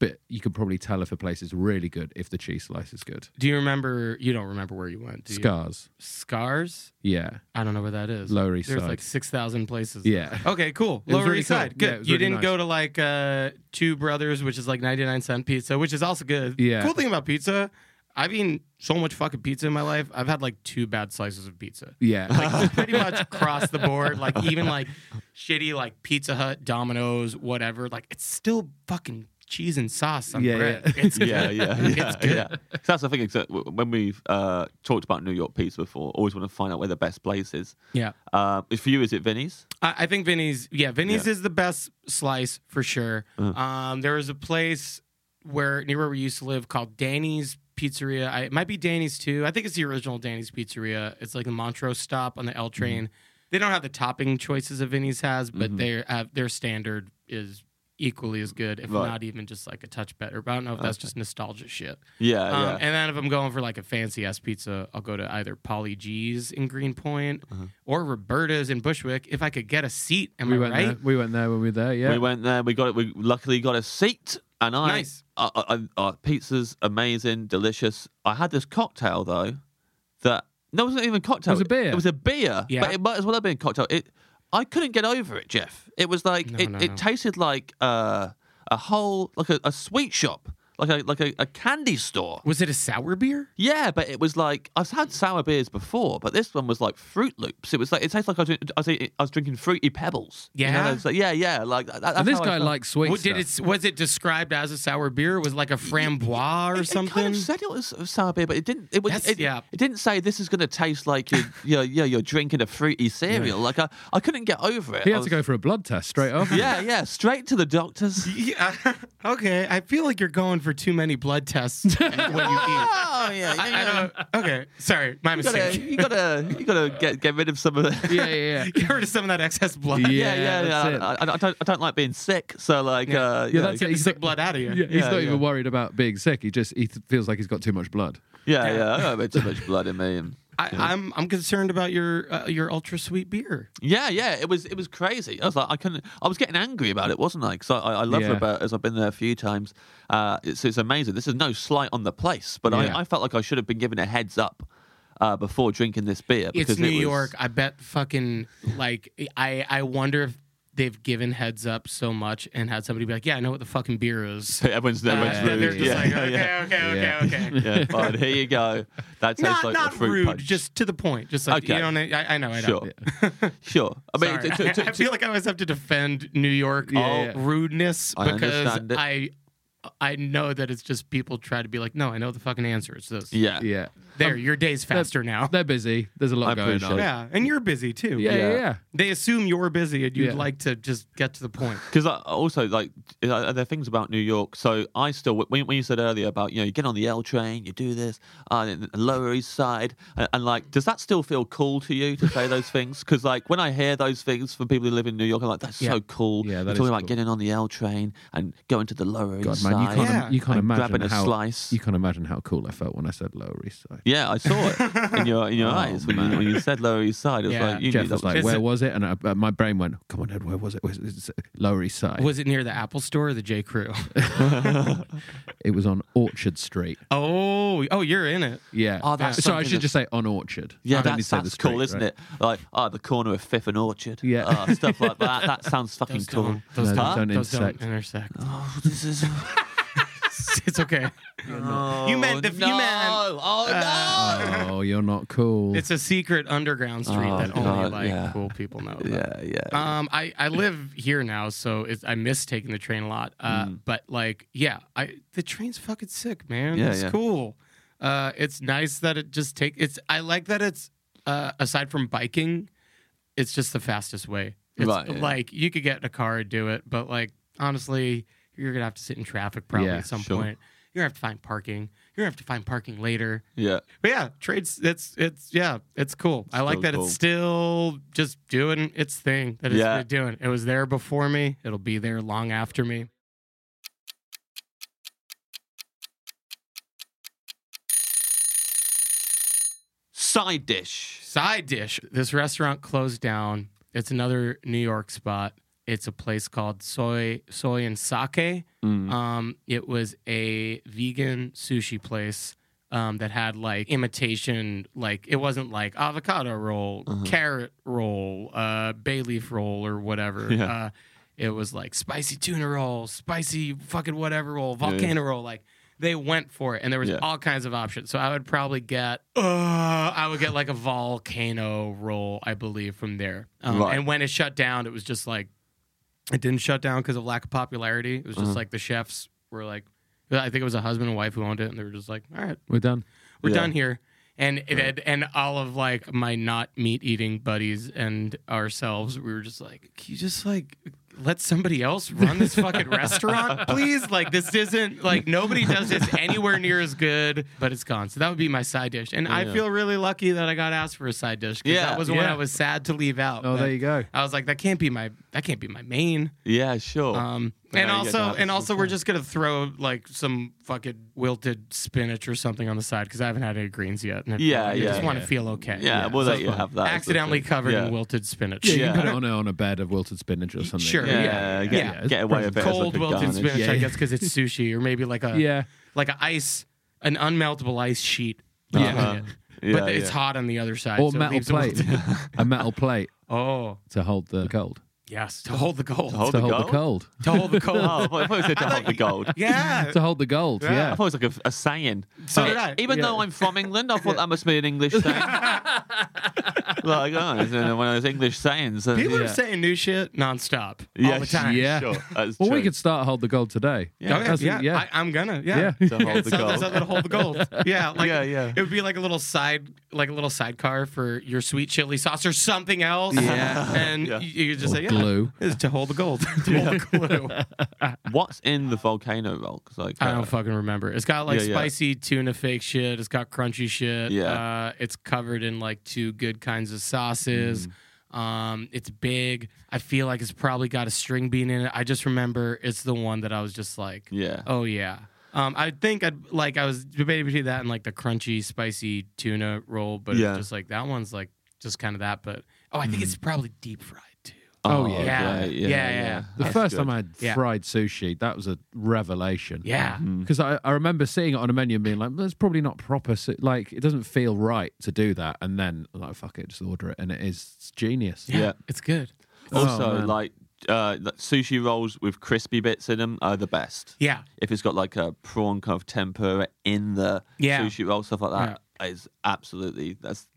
S2: but you can probably tell if a place is really good if the cheese slice is good.
S5: Do you remember? You don't remember where you went? Do you?
S2: Scars,
S5: Scars.
S2: yeah,
S5: I don't know where that is.
S2: Lower East
S5: There's
S2: Side.
S5: like six thousand places.
S2: yeah.
S5: Okay, cool.
S2: It was
S5: Lower
S2: really
S5: East
S2: cool.
S5: Side. Good.
S2: Yeah, it was
S5: you
S2: really
S5: didn't
S2: nice.
S5: go to like uh, Two Brothers, which is like 99 cent pizza, which is also good.
S2: Yeah.
S5: Cool thing about pizza, I've eaten so much fucking pizza in my life. I've had like two bad slices of pizza.
S2: Yeah,
S5: Like pretty much across the board, like even like shitty like Pizza Hut, Domino's, whatever. Like it's still fucking cheese and sauce on
S2: Yeah,
S5: bread.
S2: yeah.
S5: It's good.
S4: [LAUGHS] Yeah, yeah, yeah,
S5: [LAUGHS] It's good.
S4: yeah. 'Cause That's the thing. Except w- when we've uh, talked about New York pizza before, always want to find out where the best place is.
S5: Yeah.
S4: Uh, for you, is it Vinny's?
S5: I, I think Vinny's. Yeah, Vinny's is the best slice for sure. Um, there was a place where near where we used to live called Danny's Pizzeria. I, it might be Danny's too. I think it's the original Danny's Pizzeria. It's like the Montrose stop on the L train. They don't have the topping choices that Vinny's has, but their uh, their standard is equally as good, if
S4: Right.
S5: not even just like a touch better. But I don't know if that's just nostalgia shit.
S4: Yeah,
S5: Um,
S4: Uh, yeah.
S5: And then if I'm going for like a fancy ass pizza, I'll go to either Polly G's in Greenpoint
S4: Uh-huh.
S5: or Roberta's in Bushwick if I could get a seat.
S2: [LAUGHS]
S5: Am
S2: we
S5: I
S2: went
S5: right?
S2: there. We went there when we were there. Yeah,
S4: We went there. We got it. We luckily got a seat, and I.
S5: Nice.
S4: Uh, uh, uh, pizza's amazing, delicious. I had this cocktail though, that no, it wasn't even a cocktail.
S2: It was a beer.
S4: It was a [LAUGHS] beer.
S5: Yeah.
S4: but it might as well have been a cocktail. It. I couldn't get over it, Jeff. It was like
S5: No,
S4: it,
S5: no,
S4: it
S5: no.
S4: tasted like uh, a whole like a, a sweet shop, like a like a, a candy store.
S5: Was it a sour beer?
S4: Yeah, but it was like I've had sour beers before, but this one was like Fruit Loops. It was like it tastes like I was, drink- I was, eating- I was drinking fruity pebbles. You know,
S5: Yeah?
S4: it's like- yeah, yeah. Like that, that's
S2: and this
S4: how I
S2: guy
S4: felt.
S2: likes sweet
S5: What,
S2: stuff.
S5: did it, was it described as a sour beer? Was it like a framboise or
S4: It- It
S5: something?
S4: kind of said it was sour beer, but it didn't. It, was,
S5: That's-
S4: it,
S5: yeah.
S4: it didn't say this is going to taste like you, you're, you're, you're drinking a fruity cereal. Like I, I couldn't get over it.
S2: He
S4: I
S2: had to
S4: was-
S2: go for a blood test straight
S4: [LAUGHS]
S2: off.
S4: Yeah, yeah. Straight to the doctors.
S5: yeah. okay. I feel like you're going for too many blood tests when you eat. [LAUGHS] I,
S4: Oh yeah. You,
S5: I don't. Okay. Sorry. My
S4: gotta,
S5: mistake. [LAUGHS]
S4: you gotta, you gotta get get rid of some of
S2: [LAUGHS]
S4: the.
S2: yeah, yeah, yeah.
S5: Get rid of some of that excess blood.
S2: Yeah,
S4: yeah, yeah.
S2: that's
S4: yeah.
S2: it.
S4: I, I, I don't, I don't like being sick. So like,
S5: Yeah.
S4: uh,
S2: Yeah,
S4: you know,
S2: that's
S5: Get
S2: it.
S5: the
S2: He's
S5: sick
S2: not-
S5: blood out of you.
S2: Yeah, he's
S4: Yeah,
S2: not
S4: yeah.
S2: even worried about being sick. He just he th- feels like he's got too much blood.
S4: Yeah, yeah, I got a bit too much blood in me. And
S5: I, I'm I'm concerned about your uh, your ultra sweet beer.
S4: yeah, yeah, it was it was crazy. I was like, I couldn't. I was getting angry about it, wasn't I? Because I, I, I love
S2: Yeah.
S4: Roberta's. I've been there a few times. Uh, it's it's amazing. This is no slight on the place, but
S2: Yeah.
S4: I, I felt like I should have been given a heads up uh, before drinking this beer. Because
S5: it's New
S4: it was-
S5: York. I bet fucking like I I wonder if they've given heads up so much and had somebody be like, yeah, I know what the fucking beer
S4: [LAUGHS]
S5: is.
S4: [LAUGHS] Everyone's there.
S5: Uh, they're just
S4: yeah,
S5: like, okay,
S4: yeah,
S5: okay,
S2: Yeah.
S5: okay,
S4: [LAUGHS]
S5: okay.
S4: yeah. Fine, here you go. That
S5: [LAUGHS]
S4: tastes
S5: Not
S4: like a
S5: not
S4: fruit
S5: rude,
S4: punch.
S5: just to the point. Just like
S4: Okay.
S5: you don't. I, I know. I know.
S4: sure, sure. I mean,
S5: [LAUGHS] Sorry.
S4: it- it-
S5: [LAUGHS]
S4: it-
S5: I feel like I always have to defend New York all
S2: yeah.
S5: rudeness
S4: I
S5: because
S4: understand it.
S5: I I know that it's just people try to be like, no, I know the fucking answer. It's this. [LAUGHS]
S4: yeah,
S2: Yeah,
S5: There, your day's faster now.
S2: they're busy. There's a lot
S4: Uh, I
S2: going
S4: appreciate
S2: on.
S4: it.
S5: Yeah, and you're busy too.
S2: Yeah, yeah,
S4: Yeah.
S2: yeah.
S5: They assume you're busy and you'd
S2: Yeah.
S5: like to just get to the point.
S4: Because also, like, uh, there are things about New York. So I still, when, when you said earlier about, you know, you get on the L train, you do this, uh, and the Lower East Side, and, and like, does that still feel cool to you to say those things? Because like, when I hear those things from people who live in New York, I'm like, that's
S5: Yeah.
S4: so cool.
S2: Yeah, that
S4: You're
S2: is
S4: talking about
S2: cool.
S4: getting on the L train and going to the Lower
S2: God,
S4: East
S2: my
S4: Side.
S2: you
S4: live.
S2: can't,
S5: Yeah.
S2: you can't
S4: I'm
S2: imagine
S4: grabbing a
S2: how
S4: slice.
S2: you can't imagine how cool I felt when I said Lower East Side.
S4: Yeah, I saw it in your in
S2: [LAUGHS]
S4: your eyes when you, when you said Lower East Side. It was
S5: Yeah.
S4: like you
S2: Oh, Jeff
S4: knew
S2: was
S4: that
S2: like,
S4: was
S2: "Where
S5: it-
S2: was it?" And I, uh, my brain went, "Come on, Ed, where was it? Was it Lower East Side?
S5: [LAUGHS] Was it near the Apple Store or the J Crew?
S2: it was on Orchard Street."
S5: [LAUGHS] oh, oh, you're in it.
S2: Yeah.
S4: Oh, that's
S2: so I
S4: something
S2: should
S4: that's-
S2: just say on Orchard.
S4: Yeah,
S2: I don't need to
S4: that's,
S2: say the
S4: that's
S2: street,
S4: cool, isn't
S2: right?
S4: it? Like, oh, the corner of Fifth and Orchard.
S2: Yeah.
S4: Oh, stuff like that.
S2: [LAUGHS]
S4: That sounds fucking
S5: Those
S4: cool.
S5: don't, those
S2: No,
S5: don't,
S2: don't
S5: those
S2: intersect.
S5: don't intersect.
S4: Oh,
S5: [LAUGHS]
S4: this is. Oh,
S5: it's okay. you meant Uh, the
S4: no.
S5: you meant
S4: Oh, no.
S2: Oh, you're not cool.
S5: it's a secret underground street
S4: Oh,
S5: that only
S4: God,
S5: like
S4: yeah.
S5: cool people know. About.
S4: yeah, yeah.
S5: Um, I, I live here now, so it's, I miss taking the train a lot. Uh,
S4: Mm.
S5: But like, yeah, I the train's fucking sick, man.
S4: Yeah,
S5: it's
S4: yeah.
S5: cool. Uh, it's nice that it just take. It's I like that it's uh, aside from biking, it's just the fastest way. It's
S4: Right, yeah.
S5: Like you could get in a car and do it, but like honestly, you're gonna have to sit in traffic probably
S2: Yeah,
S5: at some
S4: sure.
S5: point. You're gonna have to find parking. You're gonna have to find parking later.
S4: yeah.
S5: But yeah, trades. It's it's yeah, it's cool. I like
S4: Still
S5: that
S4: cool.
S5: it's still just doing its thing that it's
S4: Yeah.
S5: been doing. It was there before me. It'll be there long after me.
S4: Side dish.
S5: Side dish. This restaurant closed down. It's another New York spot. It's a place called Soy Soy and Sake. Um, it was a vegan sushi place um, that had like imitation, like it wasn't like avocado roll, carrot roll, uh, bay leaf roll, or whatever.
S4: Yeah.
S5: Uh, it was like spicy tuna roll, spicy fucking whatever roll, volcano roll. Like they went for it, and there was
S4: Yeah.
S5: all kinds of options. So I would probably get, uh, I would get like a volcano roll, I believe, from there. Um,
S4: Right.
S5: And when it shut down, it was just like it didn't shut down because of lack of popularity. It was
S4: Uh-huh.
S5: just like the chefs were like, I think it was a husband and wife who owned it, and they were just like, all right,
S2: We're done.
S5: we're
S4: Yeah.
S5: done here. And it had, and all of like my not meat eating buddies and ourselves, we were just like, can you just like let somebody else run this fucking
S4: [LAUGHS]
S5: restaurant, please? Like this isn't like nobody does this anywhere near as good, but it's gone. So that would be my side dish, and I feel really lucky that I got asked for a side dish because
S4: Yeah.
S5: that was one
S4: Yeah.
S5: I was sad to leave out.
S2: Oh,
S5: But
S2: there you go.
S5: I was like, that can't be my that can't be my main.
S4: Yeah, sure.
S5: Um,
S4: But
S5: and
S4: now you get to
S5: also,
S4: have
S5: and
S4: this
S5: also,
S4: as
S5: we're
S4: well.
S5: just gonna throw like some fucking wilted spinach or something on the side because I haven't had any greens yet. And I-
S4: Yeah,
S5: I just
S4: yeah,
S5: want to
S2: yeah.
S5: feel okay.
S4: yeah, we'll
S5: So
S4: let you have that. It's
S5: accidentally
S4: okay.
S5: covered
S4: Yeah.
S5: in wilted spinach.
S2: Yeah, you
S4: Yeah.
S2: can put it on a, on a bed of wilted spinach or something.
S5: Sure,
S4: Yeah,
S5: Yeah,
S4: get,
S5: yeah.
S4: get away with it. as
S5: Cold
S4: like a
S5: wilted
S4: garnish.
S5: spinach,
S2: Yeah,
S5: I
S2: yeah.
S5: guess, because it's sushi or maybe like a
S2: Yeah.
S5: like an ice, an unmeltable ice sheet.
S4: Uh-huh.
S5: But
S4: Yeah,
S5: it's
S4: yeah.
S5: hot on the other side.
S2: Or
S5: so it
S2: metal
S5: leaves it
S2: plate.
S5: wilted.
S2: a metal plate
S5: [LAUGHS] oh
S2: to hold the cold.
S5: yes, to hold the gold.
S4: Hold
S2: to
S4: the
S2: hold
S4: gold?
S2: the cold.
S5: To hold the cold.
S4: [LAUGHS] Oh, I thought you said to hold the gold.
S5: [LAUGHS] Yeah.
S2: [LAUGHS] to hold the gold. Yeah.
S4: I thought it was like a, a saying.
S5: So did I.
S4: Even though I'm from England, I thought that must be
S5: [LAUGHS]
S4: an English saying. like, oh, it's uh, one of those English sayings. uh,
S5: People
S4: yeah.
S5: are saying new shit nonstop all
S4: Yeah, [LAUGHS]
S5: the time.
S2: Yeah.
S4: Sure, that's
S2: Well, we
S4: true.
S2: could start hold the gold today.
S5: Okay,
S2: That's-
S5: yeah,
S2: yeah.
S5: I, I'm gonna, yeah.
S2: Yeah.
S4: To hold
S5: It's [LAUGHS]
S4: the
S5: something-
S4: gold.
S5: something to hold the gold. Yeah, like,
S4: Yeah, yeah.
S5: It would be like a little side, like a little sidecar for your sweet chili sauce or something else.
S2: Yeah.
S5: [LAUGHS] and
S4: Yeah.
S5: you you could just
S2: Or
S5: say yeah,
S2: glue.
S5: It's to hold the gold. [LAUGHS] to hold the
S4: [LAUGHS]
S5: glue.
S4: What's in the volcano roll? 'Cause, like,
S5: I
S4: uh,
S5: don't fucking remember. It's got like
S4: Yeah, yeah.
S5: spicy tuna fake shit. It's got crunchy shit.
S4: Yeah.
S5: uh, it's covered in like two good kinds of sauces.
S4: Mm.
S5: Um, it's big. I feel like it's probably got a string bean in it. I just remember it's the one that I was just like,
S4: Yeah.
S5: Oh yeah. Um, I think I'd like I was debating between that and like the crunchy spicy tuna roll, but
S4: Yeah. Mm.
S5: it's just like that one's like just kind of that. But oh, I think it's probably deep fried too.
S2: Oh,
S4: yeah.
S5: yeah.
S4: great. Yeah,
S5: Yeah, yeah.
S4: yeah.
S2: The
S4: That's
S2: first
S4: good.
S2: time I had
S5: Yeah.
S2: fried sushi, that was a revelation.
S5: Yeah.
S4: Mm-hmm. Mm.
S2: Because I, I remember seeing it on a menu and being like, that's probably not proper. su- Like, it doesn't feel right to do that. And then, like, fuck it, just order it. And it is it's genius.
S4: Yeah.
S5: it's good.
S2: Oh,
S4: Also,
S2: man.
S4: like uh, like sushi rolls with crispy bits in them are the best.
S5: Yeah,
S4: If it's got like a prawn kind of tempura in the
S5: Yeah.
S4: sushi roll, stuff like that, is absolutely that's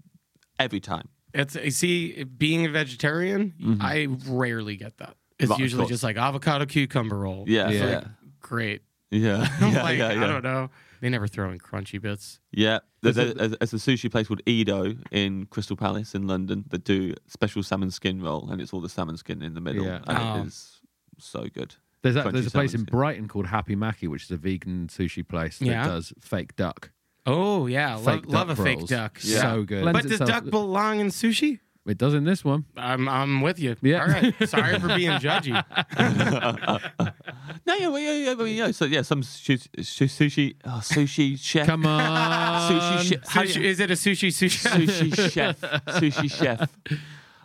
S4: every time.
S5: It's you see, being a vegetarian, I rarely get that. It's
S4: Right, Mm-hmm. of
S5: usually
S4: course.
S5: just like avocado cucumber roll.
S4: Yeah,
S5: It's
S4: yeah,
S5: like, great.
S4: yeah, [LAUGHS]
S5: I'm
S4: yeah,
S5: [LAUGHS] [LAUGHS] like,
S4: yeah, yeah.
S5: I don't know. They never throw in crunchy bits.
S4: Yeah, there's a, there's there's a sushi place called Edo in Crystal Palace in London that do special salmon skin roll, and it's all the salmon skin in the middle,
S2: Yeah.
S4: and
S5: Oh.
S4: it is so good.
S2: There's, that,
S4: Crunchy
S2: there's a place in
S4: salmon skin.
S2: Brighton called Happy Mackey, which is a vegan sushi place that
S5: Yeah.
S2: does fake duck.
S5: Oh yeah, Lo-
S2: Fake
S5: love a
S2: duck
S5: fake
S2: rolls.
S5: duck.
S2: Yeah. So good.
S5: But
S2: Lends
S5: does
S2: itself-
S5: duck belong in sushi?
S2: It does in this one.
S5: I'm I'm with you. [LAUGHS]
S2: Yeah.
S5: Um, All right. Sorry for being judgy.
S4: No, yeah, well, yeah, yeah, well, yeah. So yeah, some sushi, sushi, oh, sushi chef.
S2: Come on.
S4: [LAUGHS] Sushi chef. How do
S5: Um, Sushi-
S4: you-
S5: is it a sushi sushi? [LAUGHS]
S2: [LAUGHS]
S4: sushi chef. Sushi chef.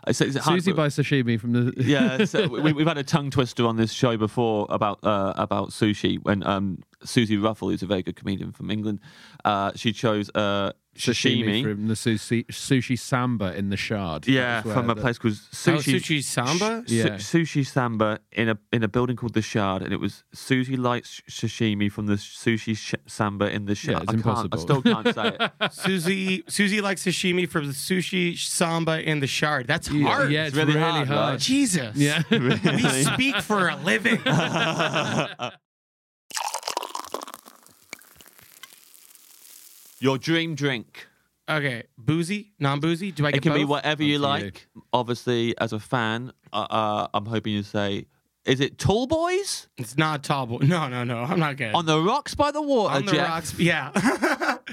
S4: Uh, So, is it hard-
S2: Susie by sashimi from the. [LAUGHS]
S4: yeah, so we, we've had a tongue twister on this show before about uh, about sushi. When um, Susie Ruffle, who's a very good comedian from England, uh, she chose uh, sashimi.
S2: from the sushi, sushi samba in the shard.
S4: yeah,
S2: That's where
S4: from a
S2: the-
S4: place called Sushi,
S5: Oh, Sushi Samba?
S4: Su-
S2: Yeah.
S4: Sushi Samba in a in a building called the Shard, and it was Sushi Lights Sashimi from the Sushi sh- Samba in the Shard.
S2: it's
S4: I can't, I
S2: impossible.
S4: still can't
S2: [LAUGHS]
S4: say it.
S5: Susie Susie likes sashimi from the sushi samba in the shard. That's
S2: Yeah,
S5: hard.
S2: yeah, it's, really, hard.
S5: Jesus.
S4: [LAUGHS]
S2: Yeah.
S5: [LAUGHS] We speak for a living.
S4: [LAUGHS] Your dream drink.
S5: [LAUGHS] okay. Boozy? Non boozy? Do I get
S4: It can be
S5: both?
S4: whatever you
S2: Up to you.
S4: like. Obviously, as a fan, uh, uh, I'm hoping you say, "Is it Tall Boys
S5: It's not tall boy. No, no, no. I'm not good.
S4: on the rocks by the water?"
S5: On the
S4: Jeff?
S5: rocks. Yeah. [LAUGHS]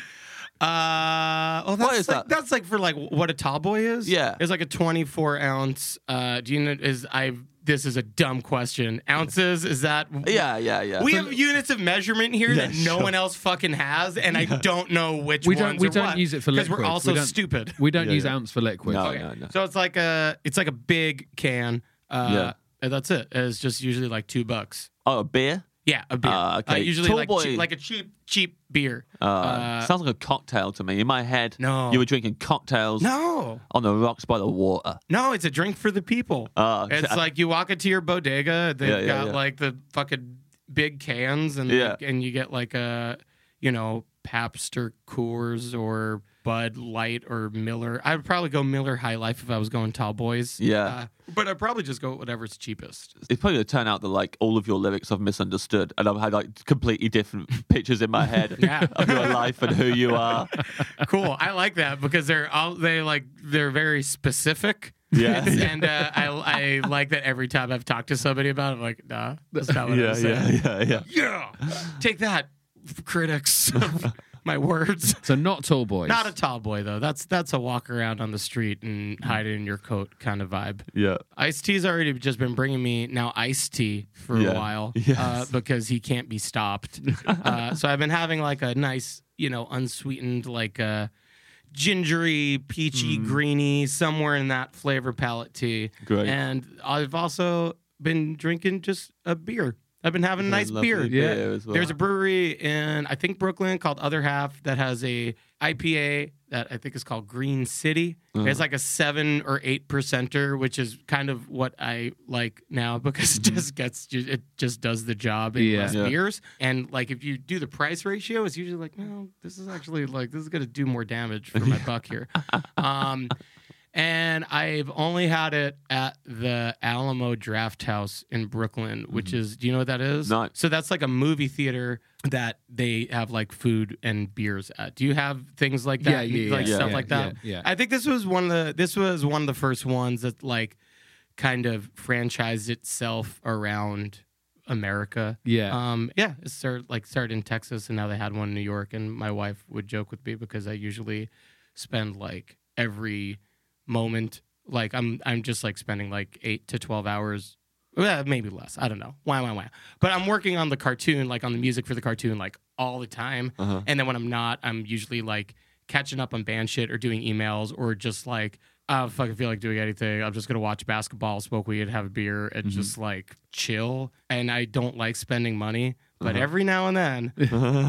S5: Uh, oh, that's
S4: is
S5: like,
S4: that?
S5: That's like for like what a tall boy is.
S4: Yeah.
S5: it's like a twenty-four ounce. Uh, do you know? Is I? This is a dumb question. Ounces? Is that?
S4: Yeah, yeah, yeah.
S5: We
S4: So-
S5: have units of measurement here
S4: Yeah,
S5: that no
S4: sure.
S5: one else fucking has, and I don't know which
S2: We don't.
S5: ones
S2: We
S5: are
S2: don't
S5: what,
S2: use it for liquids.
S5: because we're also
S2: we don't,
S5: stupid.
S2: [LAUGHS] We don't
S4: Yeah,
S2: use
S4: yeah.
S2: ounce for liquids.
S4: No,
S5: Okay.
S4: no, no.
S5: So it's like a it's like a big can. Uh,
S4: Yeah.
S5: and that's it. It's just usually like two bucks.
S4: oh, a beer.
S5: Yeah, a beer.
S4: Ah, okay.
S5: Uh, usually
S4: Tall
S5: like
S4: boy.
S5: cheap, like a cheap cheap beer.
S4: Uh, sounds like a cocktail to me. In my head,
S5: No.
S4: you were drinking cocktails
S5: no,
S4: on the rocks by the water.
S5: no, it's a drink for the people.
S4: Ah,
S5: it's
S4: I-
S5: like you walk into your bodega. They've
S4: Yeah, yeah,
S5: got
S4: yeah.
S5: like the fucking big cans, and
S4: Yeah.
S5: and you get like a you know Pabst or Coors or Bud Light or Miller. I would probably go Miller High Life if I was going tall boys.
S4: Yeah.
S5: Uh, but I'd probably just go whatever's cheapest. [LAUGHS]
S4: It's probably going to turn out that like all of your lyrics I've misunderstood, and I've had like completely different [LAUGHS] pictures in my head
S5: Yeah.
S4: [LAUGHS] of your life and who you are.
S5: cool. I like that because they're all they like they're very specific.
S4: Yeah.
S5: [LAUGHS] and uh, I I like that every time I've talked to somebody about it, I'm like, nah, that's not [LAUGHS] what I
S4: Yeah,
S5: was saying.
S4: yeah, yeah, yeah.
S5: Yeah. Take that, critics of
S4: [LAUGHS]
S5: my words.
S2: So not tall boys.
S5: Not a tall boy though. That's that's a walk around on the street and
S4: Mm.
S5: hide it in your coat kind of vibe.
S4: Yeah.
S5: Ice T's already just been bringing me now Ice Tea for
S4: Yeah.
S5: a while
S4: [LAUGHS] Yes.
S5: uh, because he can't be
S4: [LAUGHS]
S5: stopped. uh, so I've been having like a nice, you know, unsweetened, like uh, gingery, peachy,
S4: Mm.
S5: greeny, somewhere in that flavor palette tea.
S4: Great.
S5: And I've also been drinking just a beer. I've been having a nice
S4: Lovely
S5: beer.
S2: Yeah.
S4: as well.
S5: There's a brewery in I think Brooklyn called Other Half that has a IPA that I think is called Green City.
S4: Uh-huh.
S5: It's like a seven or eight percenter, which is kind of what I like now [LAUGHS] because it just gets it just does the job in
S2: Yeah.
S5: less
S4: Mm-hmm. Yeah.
S5: beers. And like if you do the price ratio, it's usually like, no, this is actually like this is gonna do more damage for
S4: [LAUGHS]
S5: my buck here. Um, and I've only had it at the Alamo Draft House in Brooklyn, which is, do you know what that is?
S4: No.
S5: So that's like a movie theater that they have like food and beers at. Do you have things like that?
S2: Yeah, yeah,
S5: like
S2: yeah,
S5: stuff
S2: yeah,
S5: like that.
S2: yeah, yeah.
S5: I think this was one of the this was one of the first ones that like kind of franchised itself around America.
S2: Yeah.
S5: Um, yeah, it started like started in Texas, and now they had one in New York. And my wife would joke with me because I usually spend like every moment, like I'm I'm just like spending like eight to twelve hours, well, maybe less. I don't know. Why, why, why? But I'm working on the cartoon, like on the music for the cartoon, like all the time. And then when I'm not, I'm usually like catching up on band shit or doing emails or just like. I don't fucking feel like doing anything. I'm just gonna watch basketball, smoke weed, have a beer, and just like chill. And I don't like spending money, but every now and then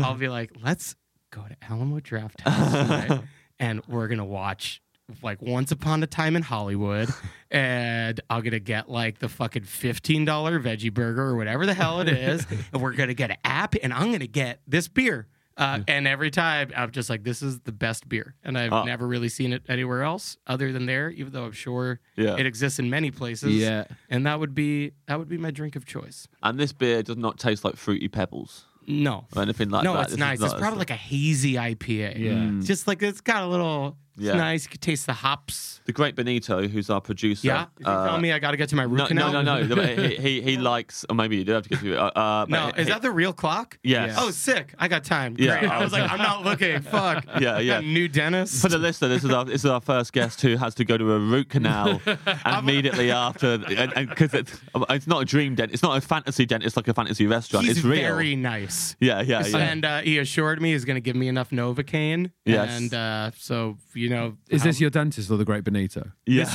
S5: I'll be like, let's go to Alamo Draft House tonight, and we're gonna watch like Once Upon a Time in Hollywood, and I'm gonna get like the fucking fifteen dollar veggie burger or whatever the hell it is, and we're gonna get an app, and I'm gonna get this beer. Uh, and every time I'm just like, this is the best beer, and I've
S4: Ah.
S5: never really seen it anywhere else other than there. Even though I'm sure
S4: Yeah.
S5: it exists in many places,
S2: Yeah.
S5: And that would be that would be my drink of choice.
S4: and this beer does not taste like fruity pebbles
S5: No,
S4: or anything like
S5: no,
S4: that.
S5: it's nice. It's probably like a hazy IPA.
S2: Yeah.
S5: It's Just like it's got a little It's
S4: Yeah.
S5: nice. You can taste the hops.
S4: The great Benito, who's our producer.
S5: Yeah. If you
S4: uh,
S5: tell me I got to get to my root
S4: no,
S5: canal. [LAUGHS]
S4: no, no, no. he, he, he likes, or maybe you do have to get to it. Uh, uh,
S5: No,
S4: but
S5: is
S4: he-
S5: that the real clock?
S4: Yes.
S5: Oh, sick. I got time.
S4: Yeah.
S5: Great. [LAUGHS] I was like, I'm not looking. Fuck.
S4: [LAUGHS] Yeah, yeah.
S5: That new dentist.
S4: For the listener, this is our this is our first guest who has to go to a
S5: [LAUGHS]
S4: root canal immediately after, and because it's, it's not a dream dent, it's not a fantasy dent, it's like a fantasy restaurant.
S5: He's
S4: it's real.
S5: very nice.
S4: yeah, [LAUGHS] yeah, yeah.
S5: And uh, he assured me he's going to give me enough Novocaine.
S4: Yes.
S5: And uh, so, you know.
S2: Is
S5: how-
S2: this your dentist or the Great Benito?
S4: yeah.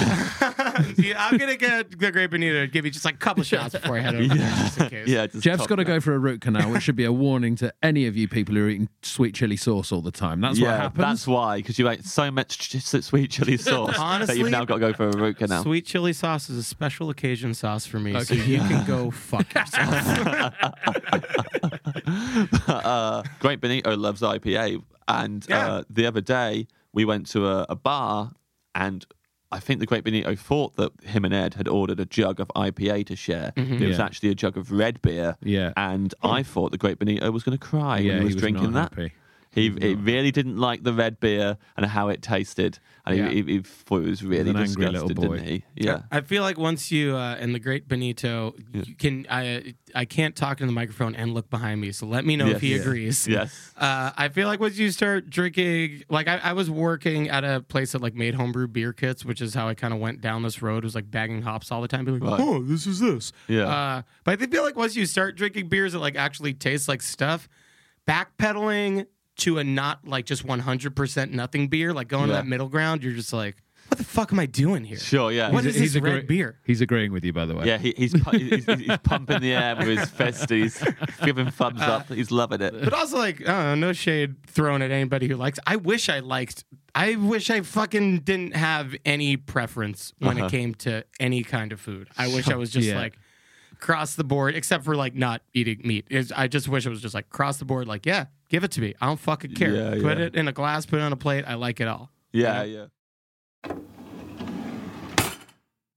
S5: [LAUGHS] yeah, I'm going to get the Great Benito to give me just like
S2: [LAUGHS]
S5: a couple shots before I head
S4: [LAUGHS]
S5: over there, just in case.
S4: yeah just
S2: Jeff's
S4: top
S2: got to
S4: notch.
S2: go for a root canal, which should be a warning to any of you people who are eating sweet chili sauce all the time. That's
S4: yeah,
S2: what happens.
S4: that's why, because you ate so much ch- ch- sweet chili sauce
S5: [LAUGHS]
S4: that
S5: Honestly,
S4: you've now got to go for a root canal.
S5: Sweet chili sauce is a special occasion sauce for me, so you can go
S4: [LAUGHS]
S5: fuck yourself.
S4: uh, [LAUGHS] Great Benito loves IPA, and
S5: Yeah.
S4: uh, the other day we went to a, a bar, and I think the Great Benito thought that him and Ed had ordered a jug of IPA to share. It was
S2: Mm-hmm. Yeah.
S4: actually a jug of red beer,
S2: Yeah. Oh.
S4: and I thought the Great Benito was going to cry
S2: Yeah,
S4: when he
S2: he
S4: was,
S2: was
S4: drinking
S2: not
S4: that.
S2: happy.
S4: He, he really didn't like the red beer and how it tasted, and
S2: Yeah.
S4: he, he, he thought it was really
S2: an angry
S4: disgusted,
S2: little boy.
S4: didn't he?
S2: [LAUGHS]
S4: Yeah.
S5: I feel like once you uh, and the great Benito, you can I I can't talk into the microphone and look behind me, so let me know if
S4: Yes.
S5: he
S4: Yeah.
S5: agrees.
S4: Yes.
S5: Uh, I feel like once you start drinking, like I, I was working at a place that like made homebrew beer kits, which is how I kind of went down this road. Was like bagging hops all the time, be like,
S4: Right.
S5: oh, this is this.
S4: Yeah.
S5: Uh, but I feel like once you start drinking beers that like actually taste like stuff, backpedaling to a not like just one hundred percent nothing beer, like going to
S4: Yeah.
S5: that middle ground, you're just like, what the fuck am I doing here?
S4: Sure. Yeah.
S5: What is this
S2: agree-
S5: red beer?
S2: He's agreeing with you, by the way.
S4: Yeah, he, he's, pu- he's, he's, he's pumping the air with
S2: [LAUGHS]
S4: his fist. He's giving thumbs up. He's loving [LAUGHS] it.
S5: But also, like, I don't know, no shade thrown at anybody who likes. I wish I liked. I wish I fucking didn't have any preference when
S4: Uh-huh.
S5: it came to any kind of food. I
S4: [LAUGHS]
S5: wish I was just
S2: Yeah.
S5: like cross the board, except for like not eating meat. It's, I just wish it was just like cross the board. Like, yeah, give it to me. I don't fucking care.
S4: Yeah,
S5: put
S4: yeah.
S5: it in a glass. Put it on a plate. I like it all.
S4: Yeah, yeah.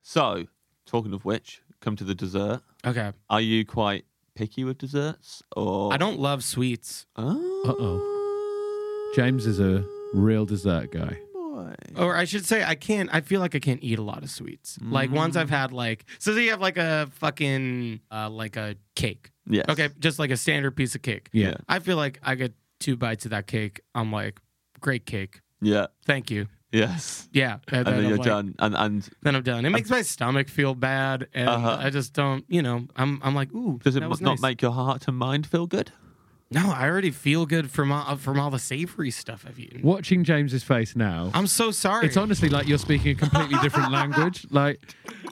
S4: So, talking of which, come to the dessert.
S5: Okay.
S4: Are you quite picky with desserts, or
S5: I don't love sweets.
S4: Oh,
S2: Uh-oh. James is a real dessert guy.
S4: boy.
S5: Or I should say, I can't. I feel like I can't eat a lot of sweets. Like
S4: Mm.
S5: ones I've had, like so. Say you have like a fucking uh, like a cake.
S4: Yes.
S5: Okay, just like a standard piece of cake.
S2: Yeah.
S4: Yeah.
S5: I feel like I get two bites of that cake. I'm like, great cake.
S4: Yeah.
S5: Thank you.
S4: Yes.
S5: Yeah. And
S4: And
S5: I'm
S4: then you're
S5: like-
S4: done. And and
S5: Then I'm done. It makes my stomach feel bad, and
S4: Uh-huh.
S5: I just don't. You know, I'm I'm like, ooh,
S4: does it
S5: that
S4: m-
S5: was
S4: not
S5: nice.
S4: make your heart and mind feel good?
S5: No, I already feel good from all, from all the savory stuff I've eaten.
S2: Watching James's face now,
S5: I'm so sorry.
S2: it's honestly like you're speaking a completely
S5: [LAUGHS]
S2: different language. Like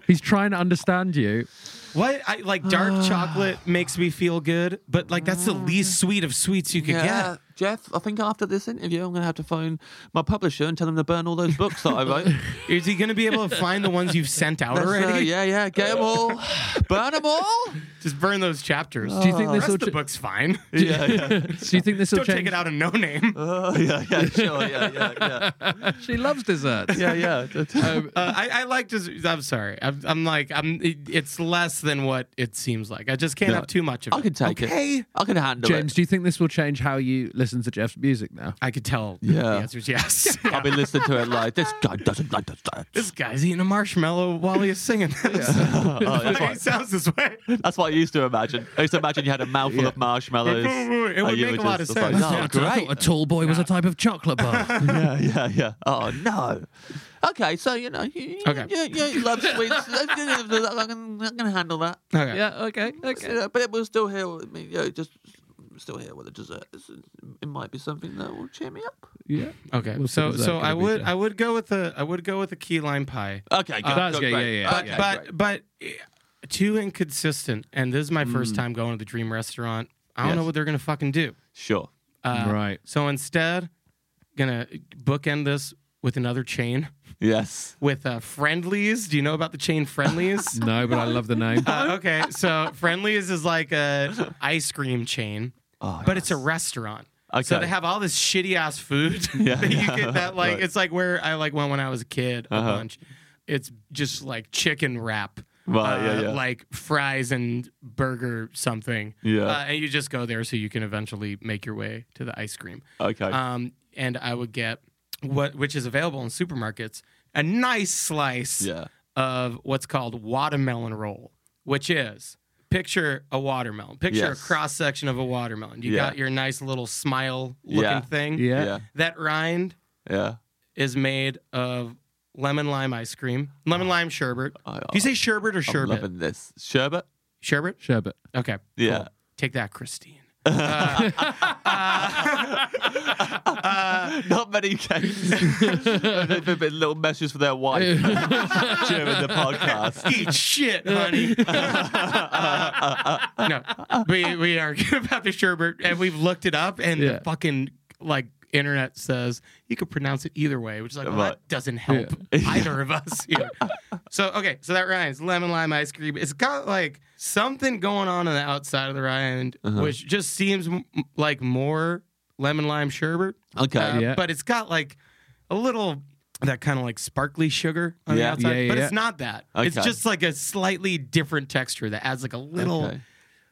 S2: he's trying to understand you.
S5: What I like
S4: [SIGHS]
S5: dark chocolate makes me feel good, but like that's the least sweet of sweets you could get.
S4: Jeff. I think after this interview, I'm going to have to phone my publisher and tell them to burn all those books that
S5: [LAUGHS]
S4: I wrote.
S5: Is he gonna be able to find the ones you've sent out
S4: That's, uh,
S5: already?
S4: yeah, yeah. Get them
S5: [LAUGHS]
S4: all. Burn them all.
S5: Just burn those chapters.
S2: Do you think this
S5: Rest
S2: will?
S5: of the book's fine.
S4: Yeah,
S2: [LAUGHS]
S4: yeah.
S2: Do you think this will
S5: Don't
S2: change?
S5: take it out of no
S4: [LAUGHS]
S5: name.
S4: [LAUGHS] Oh, yeah, yeah, sure. Yeah, yeah, yeah.
S2: She loves desserts.
S5: [LAUGHS]
S4: Yeah, yeah. [LAUGHS]
S2: Um,
S5: Uh, I, I like to. I'm sorry. I'm, I'm like I'm. it- It's less than what it seems like. I just can't
S4: No.
S5: have too much of it.
S4: I can take it. I can handle
S2: James,
S4: it.
S2: do you think this will change how you listen to Jeff's music now?
S5: I could tell.
S4: Yeah.
S5: The answer's yes. [LAUGHS] Yeah.
S4: I've been listening to it like this guy doesn't like
S5: this
S4: desserts.
S5: guy's eating a marshmallow while he's singing this.
S4: [LAUGHS] Oh,
S5: [LAUGHS]
S4: that's,
S5: Like,
S4: what,
S5: it sounds this
S4: [LAUGHS]
S5: way.
S4: that's what I used to imagine. I used to imagine you had a mouthful of marshmallows.
S5: It
S4: and
S5: would
S4: you
S5: make
S4: were
S5: a lot
S4: just
S5: of
S4: like,
S5: sense.
S4: "Oh,
S2: [LAUGHS]
S5: Yeah,
S4: great.
S2: a tall boy was a type of chocolate
S5: [LAUGHS]
S2: bar.
S4: yeah, yeah, yeah. Oh no. Okay, so you know, you,
S5: Okay.
S4: you, you, you love sweets. I can, I can handle that.
S5: Okay.
S2: yeah. Okay. Okay.
S4: Yeah, but it will still here with me. Yeah, just still here with the dessert. It might be something that will cheer me up.
S2: Yeah.
S5: Okay.
S2: What
S5: so
S2: is that
S5: so
S2: gonna
S5: I
S2: be,
S5: would
S2: Jeff?
S5: I would go with a I would go with a key lime pie.
S4: Okay, good.
S2: That's
S4: Uh, good,
S2: good,
S4: great.
S2: yeah, yeah,
S5: But
S4: Okay,
S5: but
S4: great.
S5: but eh, too inconsistent. And this is my first time going to the Dream Restaurant. I don't know
S4: Mm. Yes.
S5: what they're gonna fucking do.
S4: sure.
S5: Uh,
S2: Right.
S5: So instead, gonna bookend this with another chain
S4: Yes.
S5: with uh, friendlies. Do you know about the chain
S4: [LAUGHS]
S5: friendlies?
S2: No, but I love the [LAUGHS] name.
S5: Uh, okay, so friendlies is like a ice cream chain, but it's a restaurant. So
S4: Oh, Okay.
S5: they have all this shitty ass food [LAUGHS]
S4: Yeah.
S5: that you get that like
S4: Right. Uh-huh.
S5: it's like where I like went when I was a kid a bunch. It's just like chicken wrap. uh,
S4: Right, Uh, yeah, yeah.
S5: Like fries and burger something.
S4: Yeah.
S5: Uh, and you just go there so you can eventually make your way to the ice cream.
S4: Okay.
S5: Um, and I would get what which is available in supermarkets, a nice slice
S4: Yeah.
S5: of what's called watermelon roll, which is picture a watermelon, picture
S4: Yes.
S5: a cross section of a watermelon. You
S4: Yeah.
S5: got your nice little smile looking
S4: Yeah.
S5: thing.
S2: Yeah.
S4: Yeah.
S5: That rind
S4: Yeah.
S5: is made of lemon lime ice cream, lemon lime sherbet. Do you say sherbet or
S4: Oh. uh, I'm
S5: sherbet?
S4: loving this. Sherbet?
S5: Sherbet?
S2: Sherbet.
S5: Okay.
S4: Yeah.
S5: cool. Take that, Christine.
S4: [LAUGHS] Not many cases. They've been little messages for
S2: [LAUGHS]
S4: their wife during the podcast.
S5: Eat shit, honey. [LAUGHS] no, we we are [LAUGHS] about the sherbet, and we've looked it up, and
S2: Yeah.
S5: the fucking like internet says you could pronounce it either way, which is like well,
S4: Right.
S5: that doesn't help
S4: [LAUGHS]
S5: either of us here. so okay, so that rhymes. Lemon lime ice cream. It's got like something going on on the outside of the rind,
S4: Uh-huh.
S5: which just seems m- like more lemon lime sherbet.
S4: Okay.
S5: Uh,
S2: Yeah.
S5: but it's got like a little that kind of like sparkly sugar on
S4: Yeah.
S5: the outside,
S2: Yeah, yeah,
S5: but
S2: yeah.
S5: it's not that. It's
S4: Okay.
S5: just like a slightly different texture that adds like a little
S4: Okay.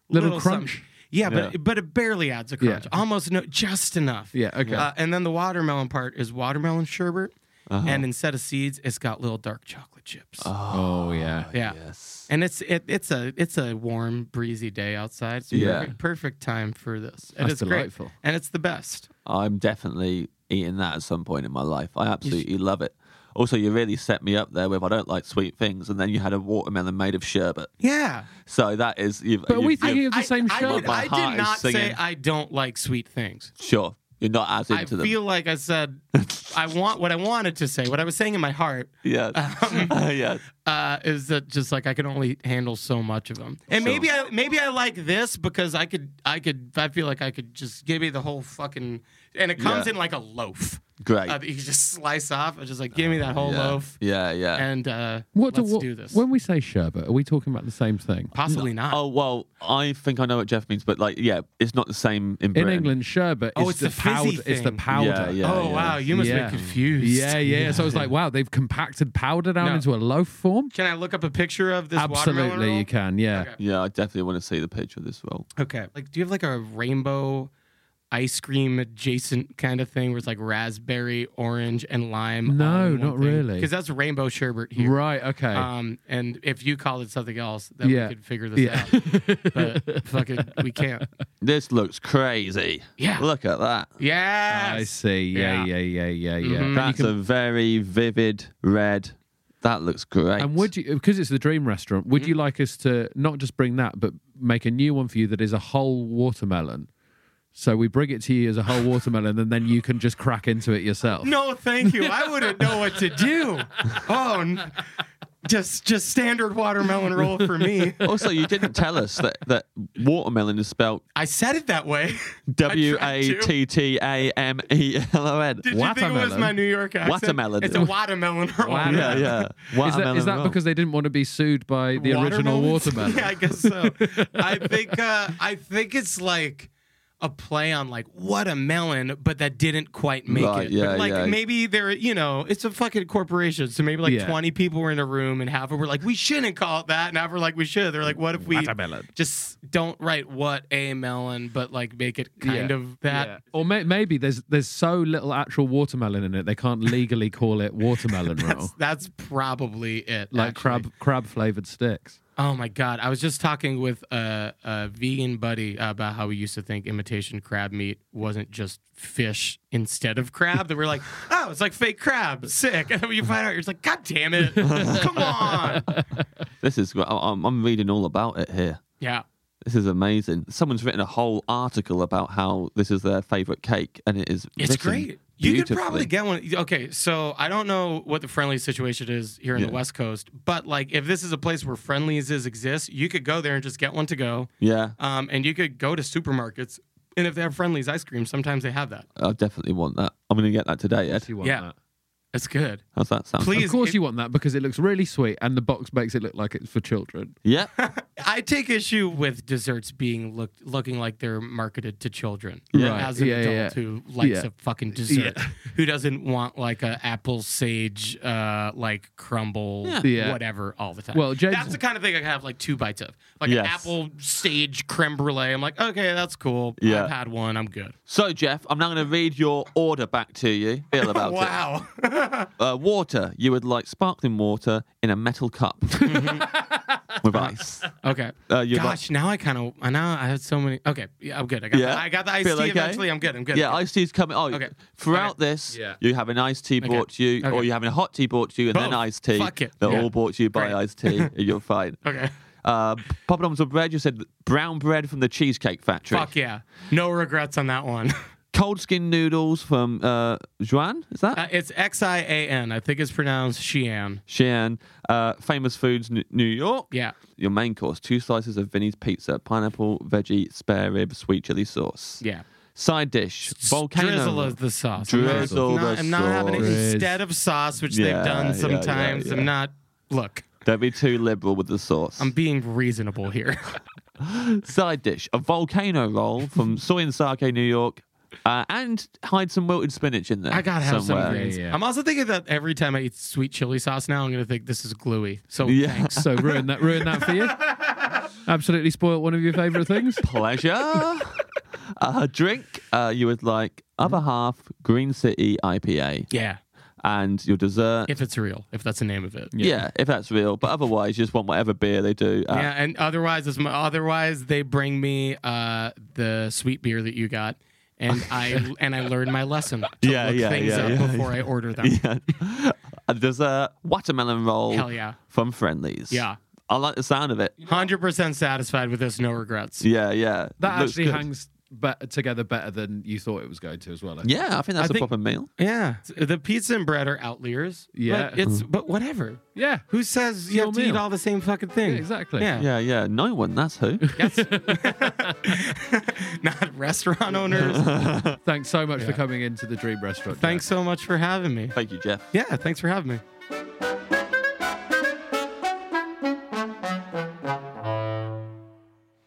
S2: Little
S5: something.
S2: crunch.
S5: Yeah, but but it barely adds a crunch.
S2: Yeah.
S5: Almost no, just enough.
S2: Yeah, okay.
S5: Uh, and then the watermelon part is watermelon sherbet,
S4: Uh-huh.
S5: and instead of seeds, it's got little dark chocolate chips.
S2: Oh yeah.
S5: yeah.
S4: Yes.
S5: And it's it, it's a it's a warm breezy day outside. So
S4: Yeah.
S5: perfect, perfect time for this. And
S2: That's
S5: it's
S2: delightful.
S5: Great. And it's the best.
S4: I'm definitely eating that at some point in my life. I absolutely love it. Also, you really set me up there with I don't like sweet things, and then you had a watermelon made of sherbet.
S5: Yeah.
S4: So that is you've.
S2: But are we
S4: you've-
S2: thinking
S4: you've-
S2: of the same
S5: I,
S2: sherbet?
S5: I, did-
S4: My
S5: I
S4: heart
S5: did
S4: is
S5: not say
S4: singing.
S5: I don't like sweet things.
S4: sure you're not as
S5: I
S4: into them.
S5: feel like I said I want what I wanted to say. What I was saying in my heart [LAUGHS]
S4: yes. [LAUGHS] yes.
S5: uh, is that just like I can only handle so much of them. And
S4: Sure.
S5: maybe I maybe I like this because I could I could I feel like I could just give me the whole fucking and it comes
S4: Yeah.
S5: in like a loaf.
S4: Great.
S5: Uh, that you just slice off. It's just like give me that whole
S4: yeah.
S5: loaf
S4: Yeah. Yeah.
S5: and uh,
S2: What
S5: let's
S2: do, what,
S5: do this.
S2: When we say sherbet, are we talking about the same thing?
S5: Possibly not.
S4: oh well, I think I know what Jeff means, but like, yeah, it's not the same in
S2: In
S4: Britain.
S2: England, sherbet
S5: Oh,
S2: is
S5: it's
S2: the,
S5: the fizzy
S2: powder. It's the
S5: thing.
S2: powder.
S4: Yeah,
S5: oh
S4: yeah.
S5: wow, you must
S2: Yeah.
S5: be confused.
S2: Yeah, yeah. So I was like, wow, they've compacted powder down
S5: No.
S2: into a loaf form?
S5: Can I look up a picture of this watermelon
S2: Absolutely,
S5: roll?
S2: you can. Yeah.
S5: Okay.
S4: Yeah, I definitely want to see the picture of this roll.
S5: Okay. Like, do you have like a rainbow ice cream adjacent kind of thing where it's like raspberry, orange, and lime?
S2: No, not really.
S5: Because that's rainbow sherbet here.
S2: Right, okay.
S5: Um, and if you call it something else, then
S2: Yeah.
S5: we could figure this
S2: Yeah.
S5: out. But fucking,
S2: [LAUGHS]
S5: we can't.
S4: This looks crazy.
S5: Yeah.
S4: Look at that.
S5: Yes.
S2: I see. Yeah, yeah,
S5: Yeah. Mm-hmm.
S2: yeah, yeah, yeah.
S4: That's a very vivid red. That looks great.
S2: And would you, because it's the dream restaurant, would you like us to not just bring that, but make a new one for you that is a whole watermelon? So we bring it to you as a whole watermelon, and then you can just crack into it yourself.
S5: No, thank you. I wouldn't know what
S2: [LAUGHS]
S5: to do. Oh, n- just just standard watermelon roll for me.
S4: also, you didn't tell us that, that watermelon is spelled
S5: I said it that way. [LAUGHS]
S4: W A T T A M E L O N.
S5: Did you think it was
S2: Watermelon.
S5: my New York accent?
S4: Watermelon.
S5: It's a watermelon roll.
S4: Yeah, yeah.
S2: Is that, is
S4: Watermelon
S2: that
S4: roll.
S2: because they didn't want to be sued by the
S5: [LAUGHS]
S2: original
S5: Watermelons?
S2: watermelon?
S5: yeah, I guess so. I think uh, I think it's like a play on like what a melon, but that didn't quite make
S4: Right,
S5: it.
S4: yeah,
S5: But, like
S4: yeah.
S5: maybe there, you know, it's a fucking corporation, so maybe like
S2: Yeah.
S5: twenty people were in a room, and half of them were like, we shouldn't call it that, and half were like, we should. They're like, what if we just don't write what a melon, but like make it kind
S2: Yeah.
S5: of that.
S2: Yeah. Or may- maybe there's there's so little actual watermelon in it they can't legally call it
S5: [LAUGHS]
S2: watermelon roll,
S5: That's probably it.
S2: like
S5: actually.
S2: crab crab flavored sticks.
S5: Oh my god! I was just talking with a, a vegan buddy about how we used to think imitation crab meat wasn't just fish instead of crab. That we're like, oh, it's like fake crab, sick. And then when you find out, you're just like, god damn it, come on.
S4: This is. gr- I- I'm, I'm reading all about it here.
S5: Yeah,
S4: This is amazing. Someone's written a whole article about how this is their favorite cake, and it is.
S5: it's
S4: written
S5: great. You could probably
S4: beautifully.
S5: get one. Okay, so I don't know what the friendly situation is here in the West Coast, but like if this is a place where friendlies is exist, you could go there and just get one to go.
S4: Yeah,
S5: Um, and you could go to supermarkets, and if they have friendlies ice cream, sometimes they have that.
S4: I definitely want that. I'm going to get that today, Ed.
S2: You want
S5: Yeah.
S2: that.
S5: That's good. [LAUGHS]
S4: How's that sound?
S5: Please.
S2: Of course
S5: It-
S2: you want that because it looks really sweet and the box makes it look like it's for children.
S4: Yeah.
S5: I take issue with desserts being looked looking like they're marketed to children.
S4: Right.
S5: As an
S4: Yeah,
S5: adult
S4: yeah, yeah.
S5: who likes
S4: Yeah.
S5: a fucking dessert, who doesn't want like a apple sage uh like crumble
S4: Yeah.
S5: whatever all the time.
S4: Well, James-
S5: that's the kind of thing I have like two bites of, like an
S3: Yes.
S5: apple sage creme brulee. I'm like, okay, that's cool.
S3: Yeah.
S5: I've had one. I'm good.
S3: So, Jeff, I'm now going to read your order back to you. Feel about
S5: Wow.
S3: [LAUGHS] it. Uh, water. You would like sparkling water in a metal cup with ice.
S5: okay.
S3: Uh, you'd like-
S5: Gosh, now I kind of I now I had so many. Okay, yeah, I'm good. I got
S3: Yeah?
S5: the, I got the iced
S3: Feel
S5: tea
S3: okay?
S5: eventually. I'm good. I'm good.
S3: yeah,
S5: I'm good.
S3: iced tea's coming. Oh,
S5: Okay.
S3: throughout this,
S2: Yeah.
S3: you have an iced tea brought to you, or
S5: Okay.
S3: you're having a hot tea brought to you, and then
S5: Both.
S3: iced tea.
S5: Fuck it.
S3: They're
S5: Yeah.
S3: all brought to you by
S5: Great.
S3: iced
S5: [LAUGHS]
S3: tea. and you're fine.
S5: Okay.
S3: Uh, poppadoms and bread. You said brown bread from the Cheesecake Factory.
S5: Fuck yeah. No regrets on that one. [LAUGHS]
S3: Cold skin noodles from uh, Juan. Is that?
S5: Uh, it's X I A N. I think it's pronounced Xi'an.
S3: Shean, uh, famous foods, N- New York.
S5: Yeah.
S3: Your main course: two slices of Vinny's pizza, pineapple, veggie, spare rib, sweet chili sauce.
S5: Yeah.
S3: Side dish: volcano.
S5: Drizzle is the sauce. I'm not-
S3: Drizzle
S5: not,
S3: the
S5: I'm not having it
S3: sauce.
S5: instead of sauce, which
S3: Yeah,
S5: they've
S3: yeah,
S5: done
S3: yeah,
S5: sometimes.
S3: yeah.
S5: I'm not. Look,
S3: Don't be too liberal with the sauce.
S5: I'm being reasonable here. [LAUGHS]
S3: Side dish: a volcano roll
S5: [LAUGHS]
S3: from Soy and Sake, New York, uh, and hide some wilted spinach in there.
S5: I gotta have [LAUGHS]
S3: somewhere.
S5: some greens.
S4: Yeah, yeah.
S5: I'm also thinking that every time I eat sweet chili sauce now, I'm gonna think this is gluey. So
S3: Yeah.
S5: thanks.
S4: So ruin that, ruin that for you.
S2: [LAUGHS]
S4: Absolutely spoiled one of your favourite things.
S5: [LAUGHS]
S3: Pleasure. uh, drink: uh, you would like
S5: Mm.
S3: other half Green City IPA,
S5: Yeah,
S3: and your dessert.
S5: if it's real, if that's the name of it.
S3: yeah. if that's real. But otherwise, you just want whatever beer they do. Uh, at
S5: Yeah, and otherwise, it's my, otherwise they bring me uh, the sweet beer that you got,
S3: [LAUGHS]
S5: and I and I learn my lesson. To
S3: Yeah,
S5: look
S3: yeah,
S5: things
S3: yeah,
S5: up
S3: yeah,
S5: before I order them.
S3: [LAUGHS] There's a watermelon roll.
S5: Hell yeah.
S3: From Friendlies.
S5: Yeah.
S3: I like the sound of it.
S5: Hundred percent satisfied with this, no regrets.
S3: Yeah, yeah.
S4: That
S3: Looks
S4: actually
S3: good.
S4: hangs be- together better than you thought it was going to as well. I think.
S3: Yeah, I think that's a
S5: think-
S3: proper meal.
S5: Yeah, the pizza and bread are outliers.
S4: Yeah.
S5: but it's but whatever.
S4: Yeah.
S5: Who says you
S4: Your
S5: have to eat
S4: meal.
S5: all the same fucking thing?
S4: Yeah, exactly.
S5: Yeah.
S3: Yeah, yeah. No one, that's who.
S5: [LAUGHS] Not
S3: [LAUGHS]
S5: restaurant owners.
S4: Thanks so much for coming into the Dream Restaurant. Jack.
S5: Thanks so much for having me.
S3: Thank you, Jeff.
S5: Yeah, thanks for having me.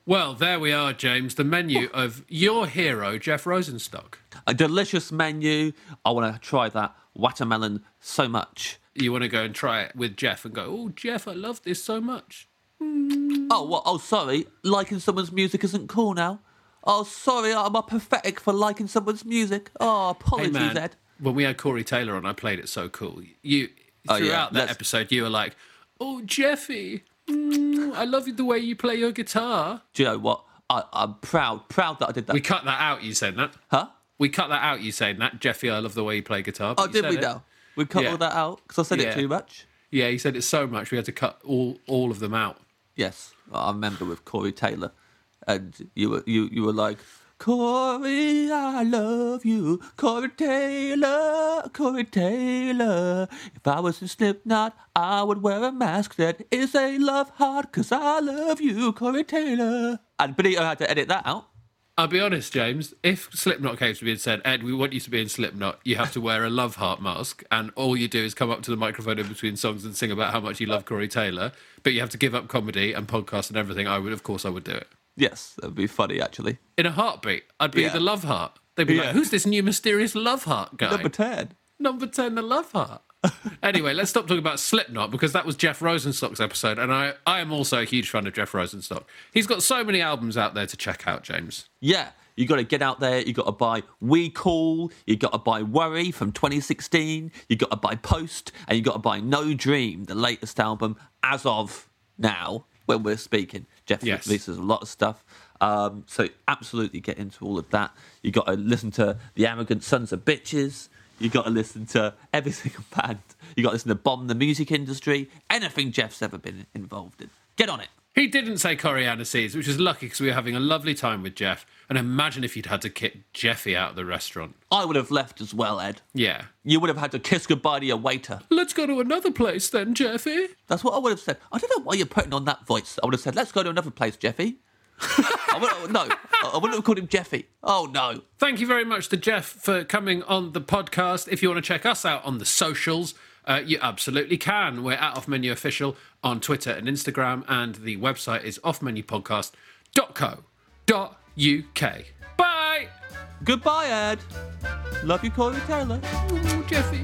S2: Well, there we are, James. The menu of your hero, Jeff Rosenstock.
S3: A delicious menu. I want to try that watermelon so much.
S2: You want to go and try it with Jeff and go, oh, Jeff, I love this so much.
S3: Oh, well, oh, sorry. Liking someone's music isn't cool now. Oh, sorry. I'm a pathetic for liking someone's music. Oh,
S2: Hey,
S3: apologies,
S2: man,
S3: Ed.
S2: when we had Corey Taylor on, I played it so cool. You
S3: Oh,
S2: throughout
S3: yeah,
S2: that
S3: let's-
S2: episode, you were like, "Oh, Jeffy, mm, I love you the way you play your guitar."
S3: Do you know what? I, I'm proud, proud that I did that.
S2: We cut that out. You saying that?
S3: huh?
S2: We cut that out. You saying that, Jeffy? I love the way you play guitar. but
S3: Oh,
S2: you
S3: did
S2: said
S3: we
S2: it.
S3: now? We cut
S2: Yeah.
S3: all that out because I said
S2: Yeah.
S3: it too much.
S2: Yeah, he said it so much. We had to cut all all of them out.
S3: Yes, I remember with Corey Taylor, and you were you you were like, Corey, I love you, Corey Taylor, Corey Taylor. If I was in Slipknot, I would wear a mask that is a love heart, cause I love you, Corey Taylor. And Benito had to edit that out.
S2: I'll be honest, James. If Slipknot came to me and said, "Ed, we want you to be in Slipknot. You have to wear a love heart mask, and all you do is come up to the microphone in between songs and sing about how much you love Corey Taylor, but you have to give up comedy and podcast and everything," I would, of course, I would do it
S3: Yes, that'd be funny actually.
S2: in a heartbeat. I'd be
S3: Yeah.
S2: the love heart. They'd be
S3: Yeah.
S2: like, "Who's this new mysterious love heart guy?"
S3: Number ten.
S2: Number 10, the love heart. anyway, let's stop talking about Slipknot because that was Jeff Rosenstock's episode, and I, I am also a huge fan of Jeff Rosenstock. He's got so many albums out there to check out, James.
S3: Yeah, you got to get out there. You got to buy We Call. You got to buy Worry from 2016. You got to buy Post, and you got to buy No Dream, the latest album as of now when we're speaking. Jeff
S2: Yes.
S3: releases a lot of stuff. Um, so absolutely get into all of that. You got to listen to the Arrogant Sons of Bitches. You got to listen to every [LAUGHS] single band. You got to listen to Bomb the Music Industry. Anything Jeff's ever been involved in. Get on it.
S2: He didn't say Coriander Seeds, which is lucky because we were having a lovely time with Jeff. And imagine if you'd had to kick Jeffy out of the restaurant.
S3: I would have left as well, Ed.
S2: Yeah.
S3: You would have had to kiss goodbye to your waiter.
S2: Let's go to another place then, Jeffy.
S3: That's what I would have said. I don't know why you're putting on that voice. I would have said, let's go to another place, Jeffy. I would, no, I wouldn't have called him Jeffy. Oh, no.
S2: Thank you very much to Jeff for coming on the podcast. If you want to check us out on the socials,
S6: Uh, you absolutely can. We're at Off Menu Official on Twitter and Instagram, and the website is offmenupodcast.co.uk. Bye!
S4: Goodbye, Ed. Love you, Corey Taylor.
S6: Ooh, Jeffy.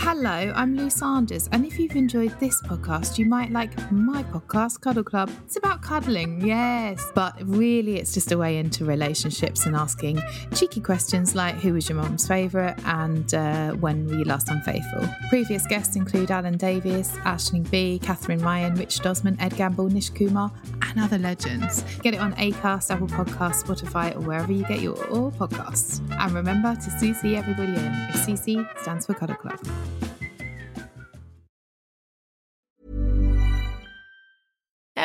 S9: Hello, I'm Lou Sanders, and if you've enjoyed this podcast, you might like my podcast, Cuddle Club. It's about cuddling, yes, but really it's just a way into relationships and asking cheeky questions like who was your mum's favourite and uh, when were you last unfaithful. Previous guests include Alan Davies, Ashling B, Catherine Ryan, Richard Osman, Ed Gamble, Nish Kumar, and other legends. Get it on Acast, Apple Podcasts, Spotify, or wherever you get your all podcasts. And remember to CC everybody in if CC stands for Cuddle Club.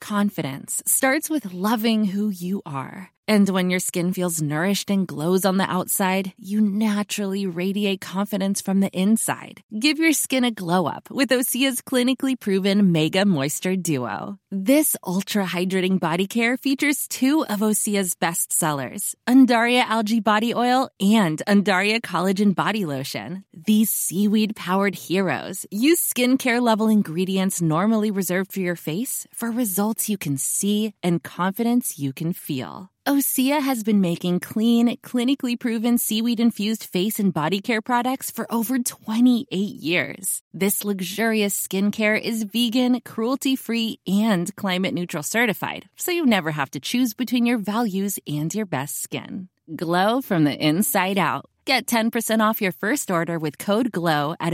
S10: Confidence starts with loving who you are. And when your skin feels nourished and glows on the outside, you naturally radiate confidence from the inside. Give your skin a glow up with Osea's clinically proven Mega Moisture Duo. This ultra hydrating body care features two of Osea's best sellers Undaria Algae Body Oil and Undaria Collagen Body Lotion. These seaweed powered heroes use skincare level ingredients normally reserved for your face for results you can see and confidence you can feel. Osea has been making clean, clinically proven seaweed infused face and body care products for over 28 years. This luxurious skincare is vegan, cruelty free, and climate neutral certified, so you never have to choose between your values and your best skin. Glow from the inside out. Get 10% off your first order with code GLOW at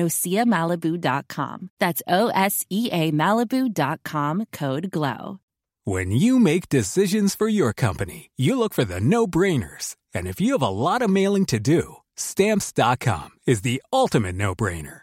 S10: OseaMalibu.com. That's O S E A Malibu.com code GLOW.
S11: When you make decisions for your company, you look for the no brainers. And if you have a lot of mailing to do, stamps.com is the ultimate no brainer.